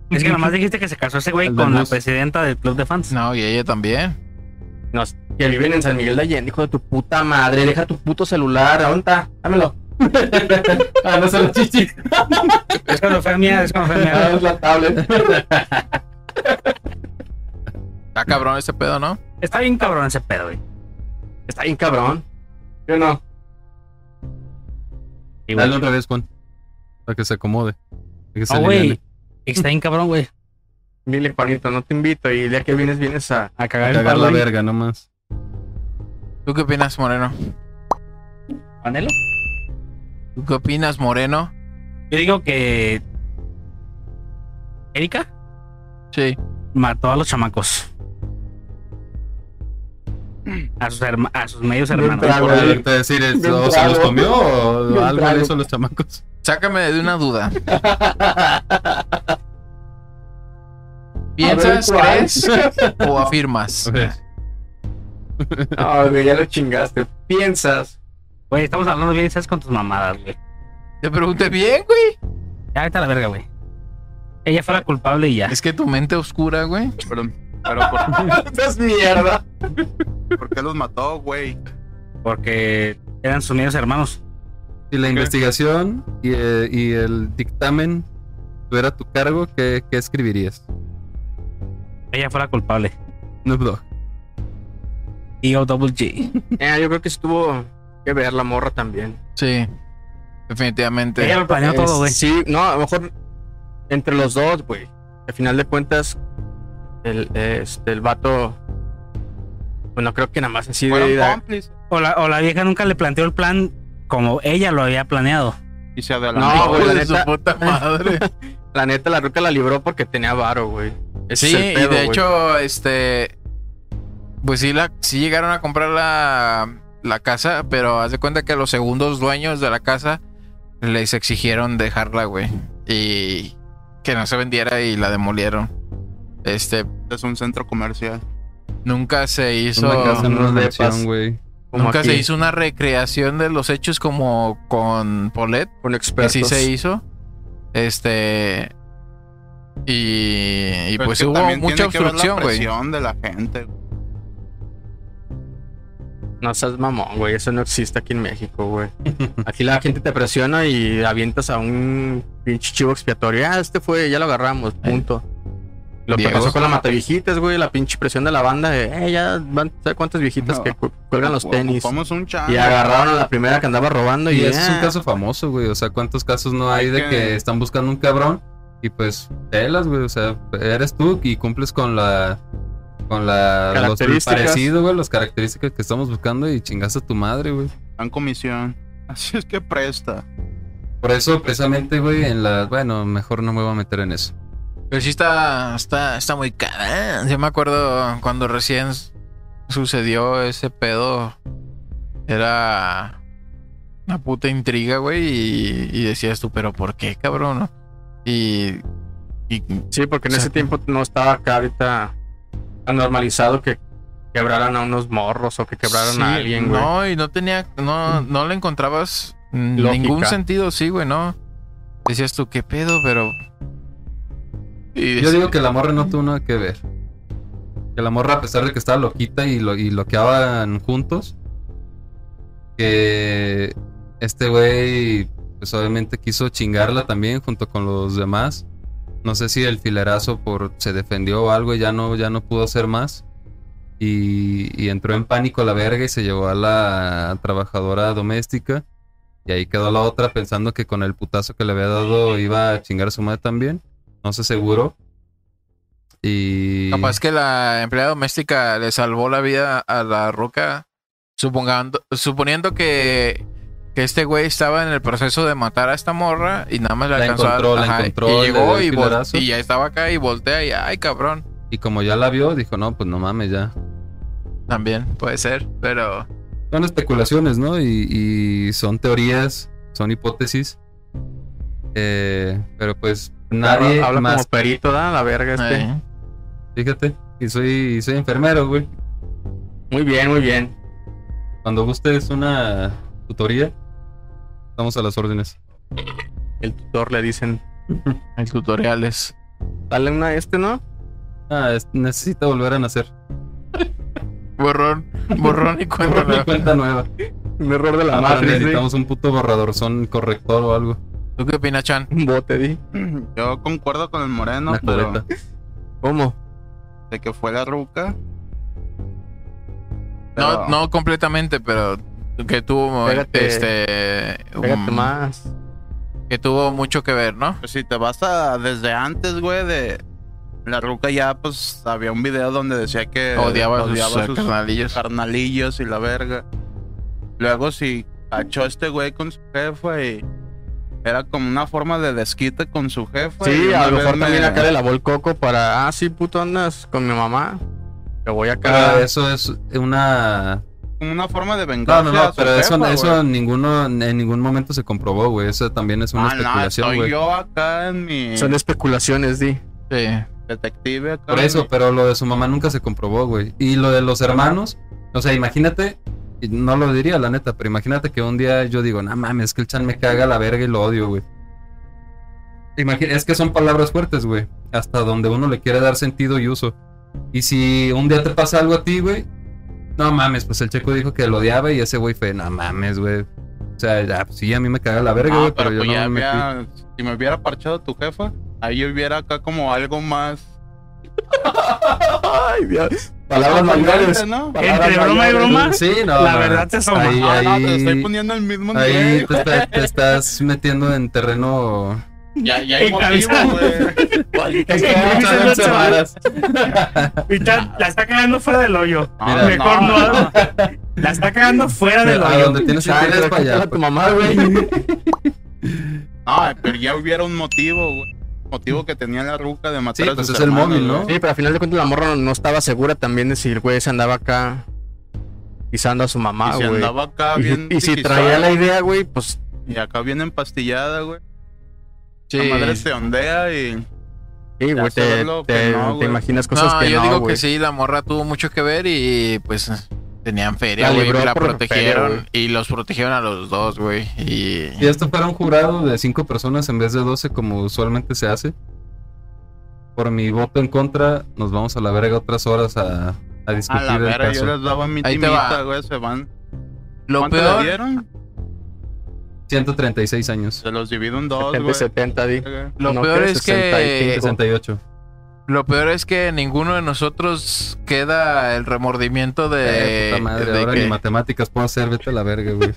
Es que nomás dijiste que se casó ese güey El con la Bambús. presidenta del club de fans. No, y ella también. Nos, que viven en San Miguel de Allende, hijo de tu puta madre. Deja tu puto celular. ¿Dónde está? Dámelo. ah, no son las chichis. Es cuando fue mía, es cuando fue Ah, mía. es la tablet. Está cabrón este pedo, ¿no? Está bien cabrón ese pedo, güey. Está bien cabrón. Yo no. Y, güey, Dale otra vez, Juan. Para que se acomode. Para que se No, Ah, güey. aliviane. Está bien cabrón, güey. Dile, Juanito, no te invito. Y el día que vienes, vienes a, A cagar el Cagar la palo. güey. verga nomás. ¿Tú qué opinas, Moreno? ¿Panelo? ¿Tú qué opinas, Moreno? Yo digo que. Erika Sí. mató a los chamacos. A sus, herma- a sus medios un hermanos. trago, Por güey. ahí te decir, ¿es- De un o se los trago. comió De o un algo le trago. hizo a los chamacos. Sácame de una duda. ¿Piensas, A ver, ¿cuál? crees o afirmas? A ver. Ah, güey, ya lo chingaste. Piensas. Güey, estamos hablando bien, ¿sabes? Con tus mamadas, güey. Te pregunté bien, güey. Ya vete a la verga, güey. Ella fue la culpable y ya. Es que tu mente oscura, güey. Pero, pero ¿por, Estás mierda. por qué los mató, güey? Porque eran sus medios hermanos. Si la investigación y, eh, y el dictamen tuviera a tu cargo, ¿qué, qué escribirías? Ella fue la culpable. Snoop Dogg. EO Double G. Eh, yo creo que estuvo que ver la morra también. Sí. Definitivamente. Ella lo planeó Eh, todo, güey. Sí, no, a lo mejor entre los dos, güey. Al final de cuentas, el, este, el vato. Bueno, creo que nada más así de. Fueron de- cómplices. O la, o la vieja nunca le planteó el plan como ella lo había planeado. Y se No, adelantó. güey, Hijo la de su neta. puta madre. La neta, la ruca la libró porque tenía varo, güey. Ese Sí, es el y pedo, de güey. hecho, este. Pues sí, la, sí llegaron a comprar la, la casa, pero haz de cuenta que los segundos dueños de la casa les exigieron dejarla, güey. Y que no se vendiera y la demolieron. Este, Es un centro comercial. nunca se hizo. Una casa en una unos mansión, depas. güey. Como Nunca aquí, se hizo una recreación de los hechos como con Paulette, Con que expertos. sí se hizo. Este. Y, y Pero pues es que hubo también mucha tiene que ver obstrucción, La güey. presión de la gente. güey. No seas mamón, güey. Eso no existe aquí en México, güey. Aquí la gente te presiona y avientas a un pinche chivo expiatorio. Ah, este fue, ya lo agarramos, punto. Lo que Diego. pasó con la mataviejitas, güey, la pinche presión de la banda de, eh, ya van, ¿sabes cuántas viejitas No. que cu- cuelgan los tenis? Ocupamos un chance. Y agarraron a la primera que andaba robando y, Y ese es un "Ah, caso famoso, güey. O sea, ¿cuántos casos no hay Hay de que- que están buscando un cabrón? Y pues, pelas, güey. O sea, eres tú y cumples con la. Con la. Los, el Características. parecido, güey. Las características que estamos buscando y chingaste a tu madre, güey. Dan comisión. Así es que presta. Por eso, precisamente, güey, en la. Bueno, mejor no me voy a meter en eso. Pero sí está, está, está muy cara. ¿eh? Yo me acuerdo cuando recién sucedió ese pedo. Era una puta intriga, güey. Y, y decías tú, pero ¿por qué, cabrón? no? Y, y Sí, porque en O sea, ese tiempo no estaba acá ahorita tan normalizado que quebraran a unos morros o que quebraran sí, a alguien, güey. No, y no tenía, no, no le encontrabas mm, Lógica. ningún sentido, sí, güey, no. Decías tú, ¿qué pedo? Pero... Y Yo digo que la morra no tuvo nada que ver. Que la morra, a pesar de que estaba loquita y lo y loqueaban juntos, que este güey, pues obviamente quiso chingarla también junto con los demás. No sé si el filerazo por, se defendió o algo y ya no, ya no pudo hacer más. Y, y entró en pánico a la verga y se llevó a la trabajadora doméstica. Y ahí quedó la otra pensando que con el putazo que le había dado iba a chingar a su madre también. No se aseguró. Y. Capaz que la empleada doméstica le salvó la vida a la roca, supongando, suponiendo que, que este güey estaba en el proceso de matar a esta morra y nada más la, La alcanzó a- encontró, la ajá, encontró, y le llegó dio el y, vol- pilarazo. y ya estaba acá y voltea y ay cabrón, Y como ya la vio, dijo, no, pues no mames ya. también puede ser, pero Son especulaciones, ¿no? Y, y son teorías, son hipótesis. Eh, pero pues nadie Habla- habla más. como perito, ¿da? La verga este. eh, Fíjate, y soy, soy enfermero, güey. Muy bien, muy bien. Cuando gustes una tutoría, estamos a las órdenes. El tutor le dicen, hay tutoriales. dale una a este, ¿no? Ah, es- necesita volver a nacer. Borrón, borrón y cuenta Borrón y nueva. cuenta nueva. Un error de la Ah, pero madre, güey. necesitamos un puto borrador, son corrector o algo. ¿Tú qué opinas, Chan? Un bote, di. Yo concuerdo con el moreno, una pero cubeta. ¿Cómo? de que fue la ruca. No, Pero- no completamente, pero que tuvo Pégate- este um, Pégate más. que tuvo mucho que ver, ¿no? Pues si te vas a desde antes, güey, de la ruca ya, pues había un video donde decía que Odiaba, a sus, odiaba eh, carnalillos. carnalillos y la verga. Luego si cachó este güey con su jefa y era como una forma de desquite con su jefa. Sí, y Pues, una a lo vez mejor me- también acá le lavó el coco para, ah, sí, puto, andas con mi mamá. Te voy a Pero cagar. eso es una como una forma de No, venganza. no, a no, su pero eso, jefa, eso güey. en ninguno, en ningún momento se comprobó, güey. Eso también es una Ah, no, especulación, estoy güey. yo acá en mi Son especulaciones, di. Sí. detective. Acá Por eso, pero lo de su mamá nunca se comprobó, güey. Y lo de los hermanos, o sea, imagínate, y no lo diría la neta, pero imagínate que un día yo digo, no mames, es que el chan me caga la verga y lo odio, güey. Imagina, es que son palabras fuertes, güey. Hasta donde uno le quiere dar sentido y uso. Y si un día te pasa algo a ti, güey, no mames, pues el checo dijo que lo odiaba y ese güey fue, no mames, güey. O sea, ya, pues sí, a mí me caga la verga, Ah, güey, pero, pero, yo pues no ya me metí. había- si me hubiera parchado tu jefa, ahí hubiera acá como algo más. Ay, Dios. Palabras mayores. ¿no? Entre broma y broma, Sí, no. la no. verdad te asoma. Ahí, Ah, no, te ahí- estoy poniendo el mismo Ahí nivel. pues, te, está- te estás metiendo en terreno. Ya, ya hay En motivo, cabeza. güey. Es que Ah, Luis es no, nuestro- chavaras. y ya la está cagando fuera del hoyo. Ah, Mejor no. no. La está cagando fuera del A hoyo. donde tienes que ir es para allá. tu mamá, güey. Ah, pero ya hubiera un motivo, güey. Motivo que tenía la ruca de matar Sí, a pues sus es el hermanos, móvil, ¿no? güey. Sí, pero al final de cuentas la morra no, no estaba segura también de si el güey se andaba acá pisando a su mamá, y si Ah, güey. andaba acá Y- bien. y, si tiquizada, traía la idea, güey, pues Y acá bien empastillada, güey. Sí. La madre se ondea y. sí, güey, sé te, lo que te- no, te güey. imaginas cosas no, que yo no, digo güey. que sí, la morra tuvo mucho que ver y pues tenían feria, La güey, libró la por protegieron feria, y los protegieron a los dos, güey. Y Y esto para un jurado de 5 personas en vez de 12, como usualmente se hace. Por mi voto en contra, nos vamos a la verga otras horas a, a A discutir la el vera, yo caso. les daba mi Ahí te va. timita, güey. Se van. lo ¿Cuánto le peor, dieron? 136 años. Se los divido en dos, Gente güey. 70, di. lo No, peor que es 65. que 68. Lo peor es que ninguno de nosotros queda el remordimiento de. Eh, puta madre, de ahora que- ni matemáticas puedo hacer, vete a la verga, güey.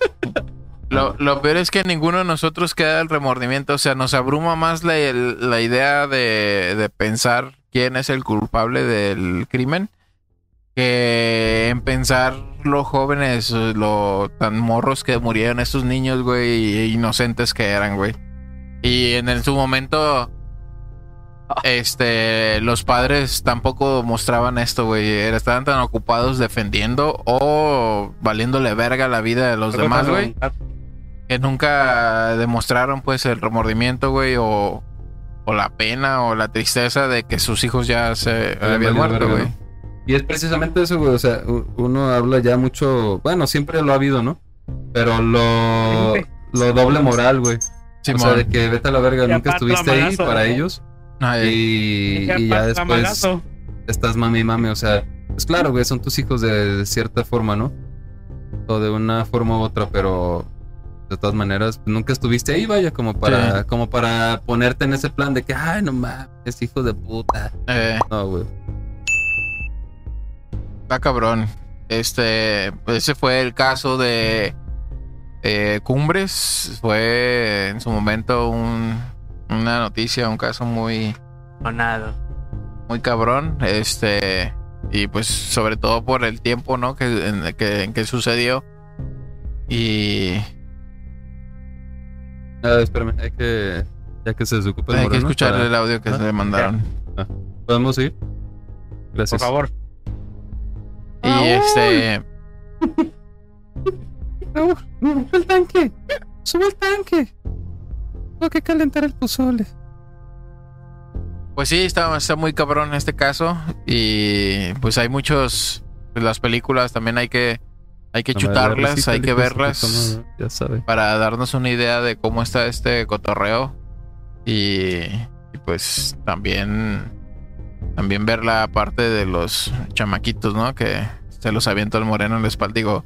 lo, lo peor es que ninguno de nosotros queda el remordimiento. O sea, nos abruma más la, el- la idea de, de pensar quién es el culpable del crimen que en pensar los jóvenes, lo tan morros que murieron estos niños, güey, e inocentes que eran, güey. Y en el- su momento, este, los padres tampoco mostraban esto, güey. Era- Estaban tan ocupados defendiendo o valiéndole verga la vida de los demás, güey. Que nunca demostraron, pues, el remordimiento, güey, o, o la pena o la tristeza de que sus hijos ya se Habían habían valido muerto, verga, güey. ¿no? Y es precisamente eso, güey. O sea, u- uno habla ya mucho. Bueno, siempre lo ha habido, ¿no? Pero lo. Lo doble moral, güey. O sea, Simón. de que vete a la verga, Ya nunca pa' estuviste ahí tramalazo, para ¿no? ellos. Ay. Y, y ya después estás mami y mami. O sea, pues claro, güey, son tus hijos de, de cierta forma, ¿no? O de una forma u otra, pero de todas maneras, pues, nunca estuviste ahí, vaya, como para, como para ponerte en ese plan de que, ay, no mames, hijo de puta. eh. No, güey. Está cabrón. Este, ese fue el caso de eh, Cumbres. Fue en su momento un- una noticia, un caso muy, Sonado. muy cabrón. Este, y pues sobre todo por el tiempo, ¿no? Que, en, que, en que sucedió. Y Ah, espérame, hay que. Ya que se desocupa el Pues hay que Moreno, escuchar para- el audio que Ah, se le mandaron. ¿Podemos ir? Por Gracias. favor. Y este, ¡Sube el tanque! ¡Sube el tanque! Tengo que calentar el pozole. pues sí, está, está muy cabrón este caso. Y pues hay muchos, pues, las películas también hay que, hay que chutarlas, hay que verlas. Ya sabe. para darnos una idea de cómo está este cotorreo y, y, pues también también ver la parte de los chamaquitos, ¿no? Que se los avienta el moreno en la espalda, digo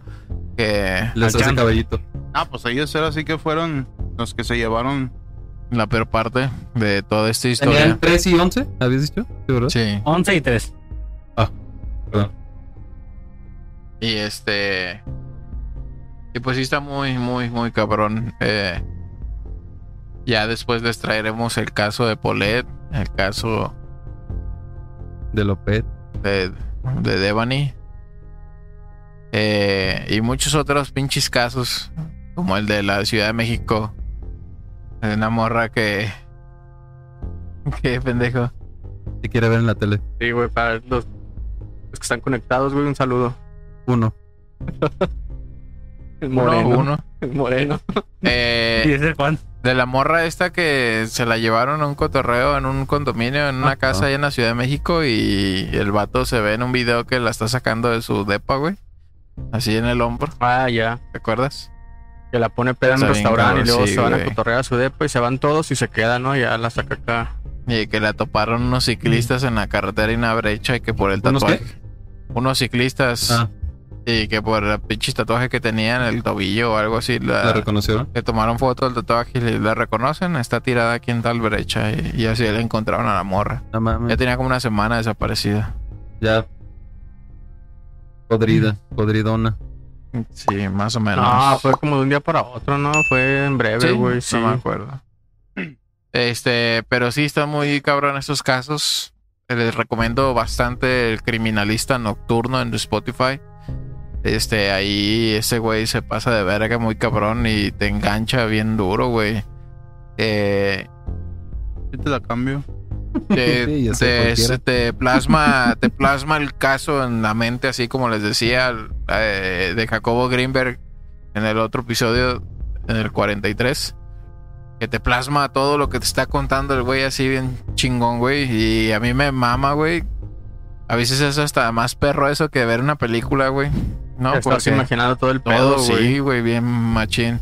que Les Al hace champ. caballito. Ah, pues ellos eran así que fueron los que se llevaron. la peor parte de toda esta historia. ¿Tenían 3 y 11? ¿Habías dicho? Sí, ¿verdad? Sí. 11 y 3. Y este. Y pues sí está muy, muy, muy cabrón. Eh, ya después les traeremos el caso de Polet, el caso De Lopet. de, de Devani. Eh, y muchos otros pinches casos, como el de la Ciudad de México. De una morra que. Que pendejo. Te quiere ver en la tele. Sí, güey, para los, los que están conectados, güey, un saludo. Uno. El Uno, moreno. uno. El moreno. ¿Y Eh, ese Juan? de la morra esta que se la llevaron a un cotorreo en un condominio, en una Ah, casa ah. ahí en la Ciudad de México. Y el vato se ve en un video que la está sacando de su depa, güey. Así en el hombro, Ah, ya. ¿te acuerdas? Que la pone peda en un Está bien, restaurante cabrón, y luego sí, se van a güey. cotorrear a su depo y se van todos y se queda, ¿no? Ya la saca acá. Y que la toparon unos ciclistas en la carretera y una brecha y que por el Mm. ¿Unos tatuaje. Unos ciclistas Ah, y que por el pinche tatuaje que tenía en el tobillo o algo así, ¿la la, reconocieron? le tomaron foto del tatuaje y le- la reconocen. Está tirada aquí en tal brecha y, y así le encontraron a la morra. No Ya mames. tenía como una semana desaparecida. Ya. Podrida. Mm. Podridona. Sí, más o menos. No, Ah, fue como de un día para otro, ¿no? Fue en breve, Sí, güey. Sí, No me acuerdo. Este, pero sí está muy cabrón estos casos. Les recomiendo bastante el criminalista nocturno en Spotify. Este, ahí ese güey se pasa de verga muy cabrón y te engancha bien duro, güey. Eh, Yo te la cambio. te, Sí, ya sé, te- cualquiera. se te plasma te plasma el caso en la mente así como les decía el- eh, de Jacobo Greenberg en el otro episodio en el 43 que te plasma todo lo que te está contando el güey así bien chingón güey y a mí me mama güey a veces es hasta más perro eso que ver una película güey no Te estás Porque- imaginando todo el pedo, todo, güey. sí, güey, bien machín.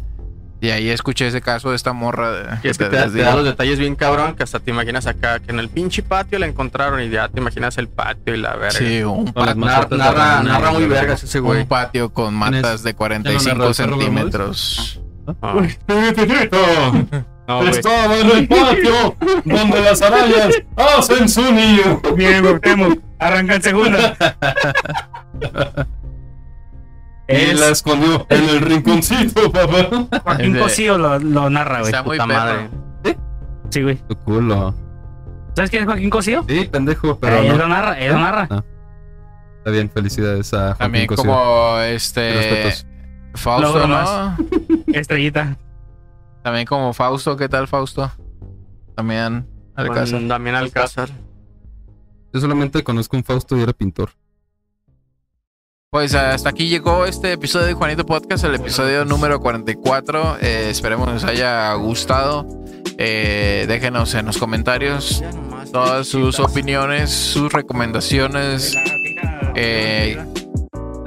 Y ahí escuché ese caso de esta morra. de- Y es que que te, da- les te da digo. los detalles bien cabrón que hasta te imaginas acá, que en el pinche patio la encontraron y ya te imaginas el patio y la verga. Sí, un, Con las pat- Nar- macetas de narra, banana narra y muy la verga. vergas ese güey. un patio con matas de ¿Ya no 45 narró el perro Bermúdez? centímetros. Ah. No, güey. Estaba en el patio donde las arañas hacen su nido. Miren, Cuauhtémoc, arranca en segunda. Y Es la escondió en el rinconcito, papá. Joaquín de- Cosío lo, lo narra, güey. Está muy Ah, Puta perro. madre. Sí, güey. Tu culo. ¿Sabes quién es Joaquín Cosío? Sí, pendejo, pero Eh, Él no. lo narra, él lo narra. Está bien, felicidades a Joaquín También Cosío. como este Respetos. Fausto, Logro ¿no? más. Estrellita. También como Fausto, ¿qué tal Fausto? También Con Alcázar. Damián Alcázar. Yo solamente conozco un Fausto y era pintor. Pues hasta aquí llegó este episodio de Juanito Podcast, el episodio número 44. Eh, esperemos les haya gustado. Eh, déjenos en los comentarios todas sus opiniones, sus recomendaciones, eh,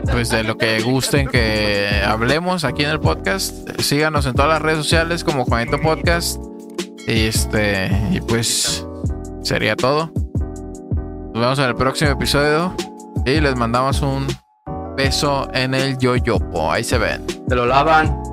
pues de lo que gusten que hablemos aquí en el podcast. Síganos en todas las redes sociales como Juanito Podcast. Y este, y pues sería todo. Nos vemos en el próximo episodio y les mandamos un beso en el yoyopo. Ahí se ven. Te lo lavan.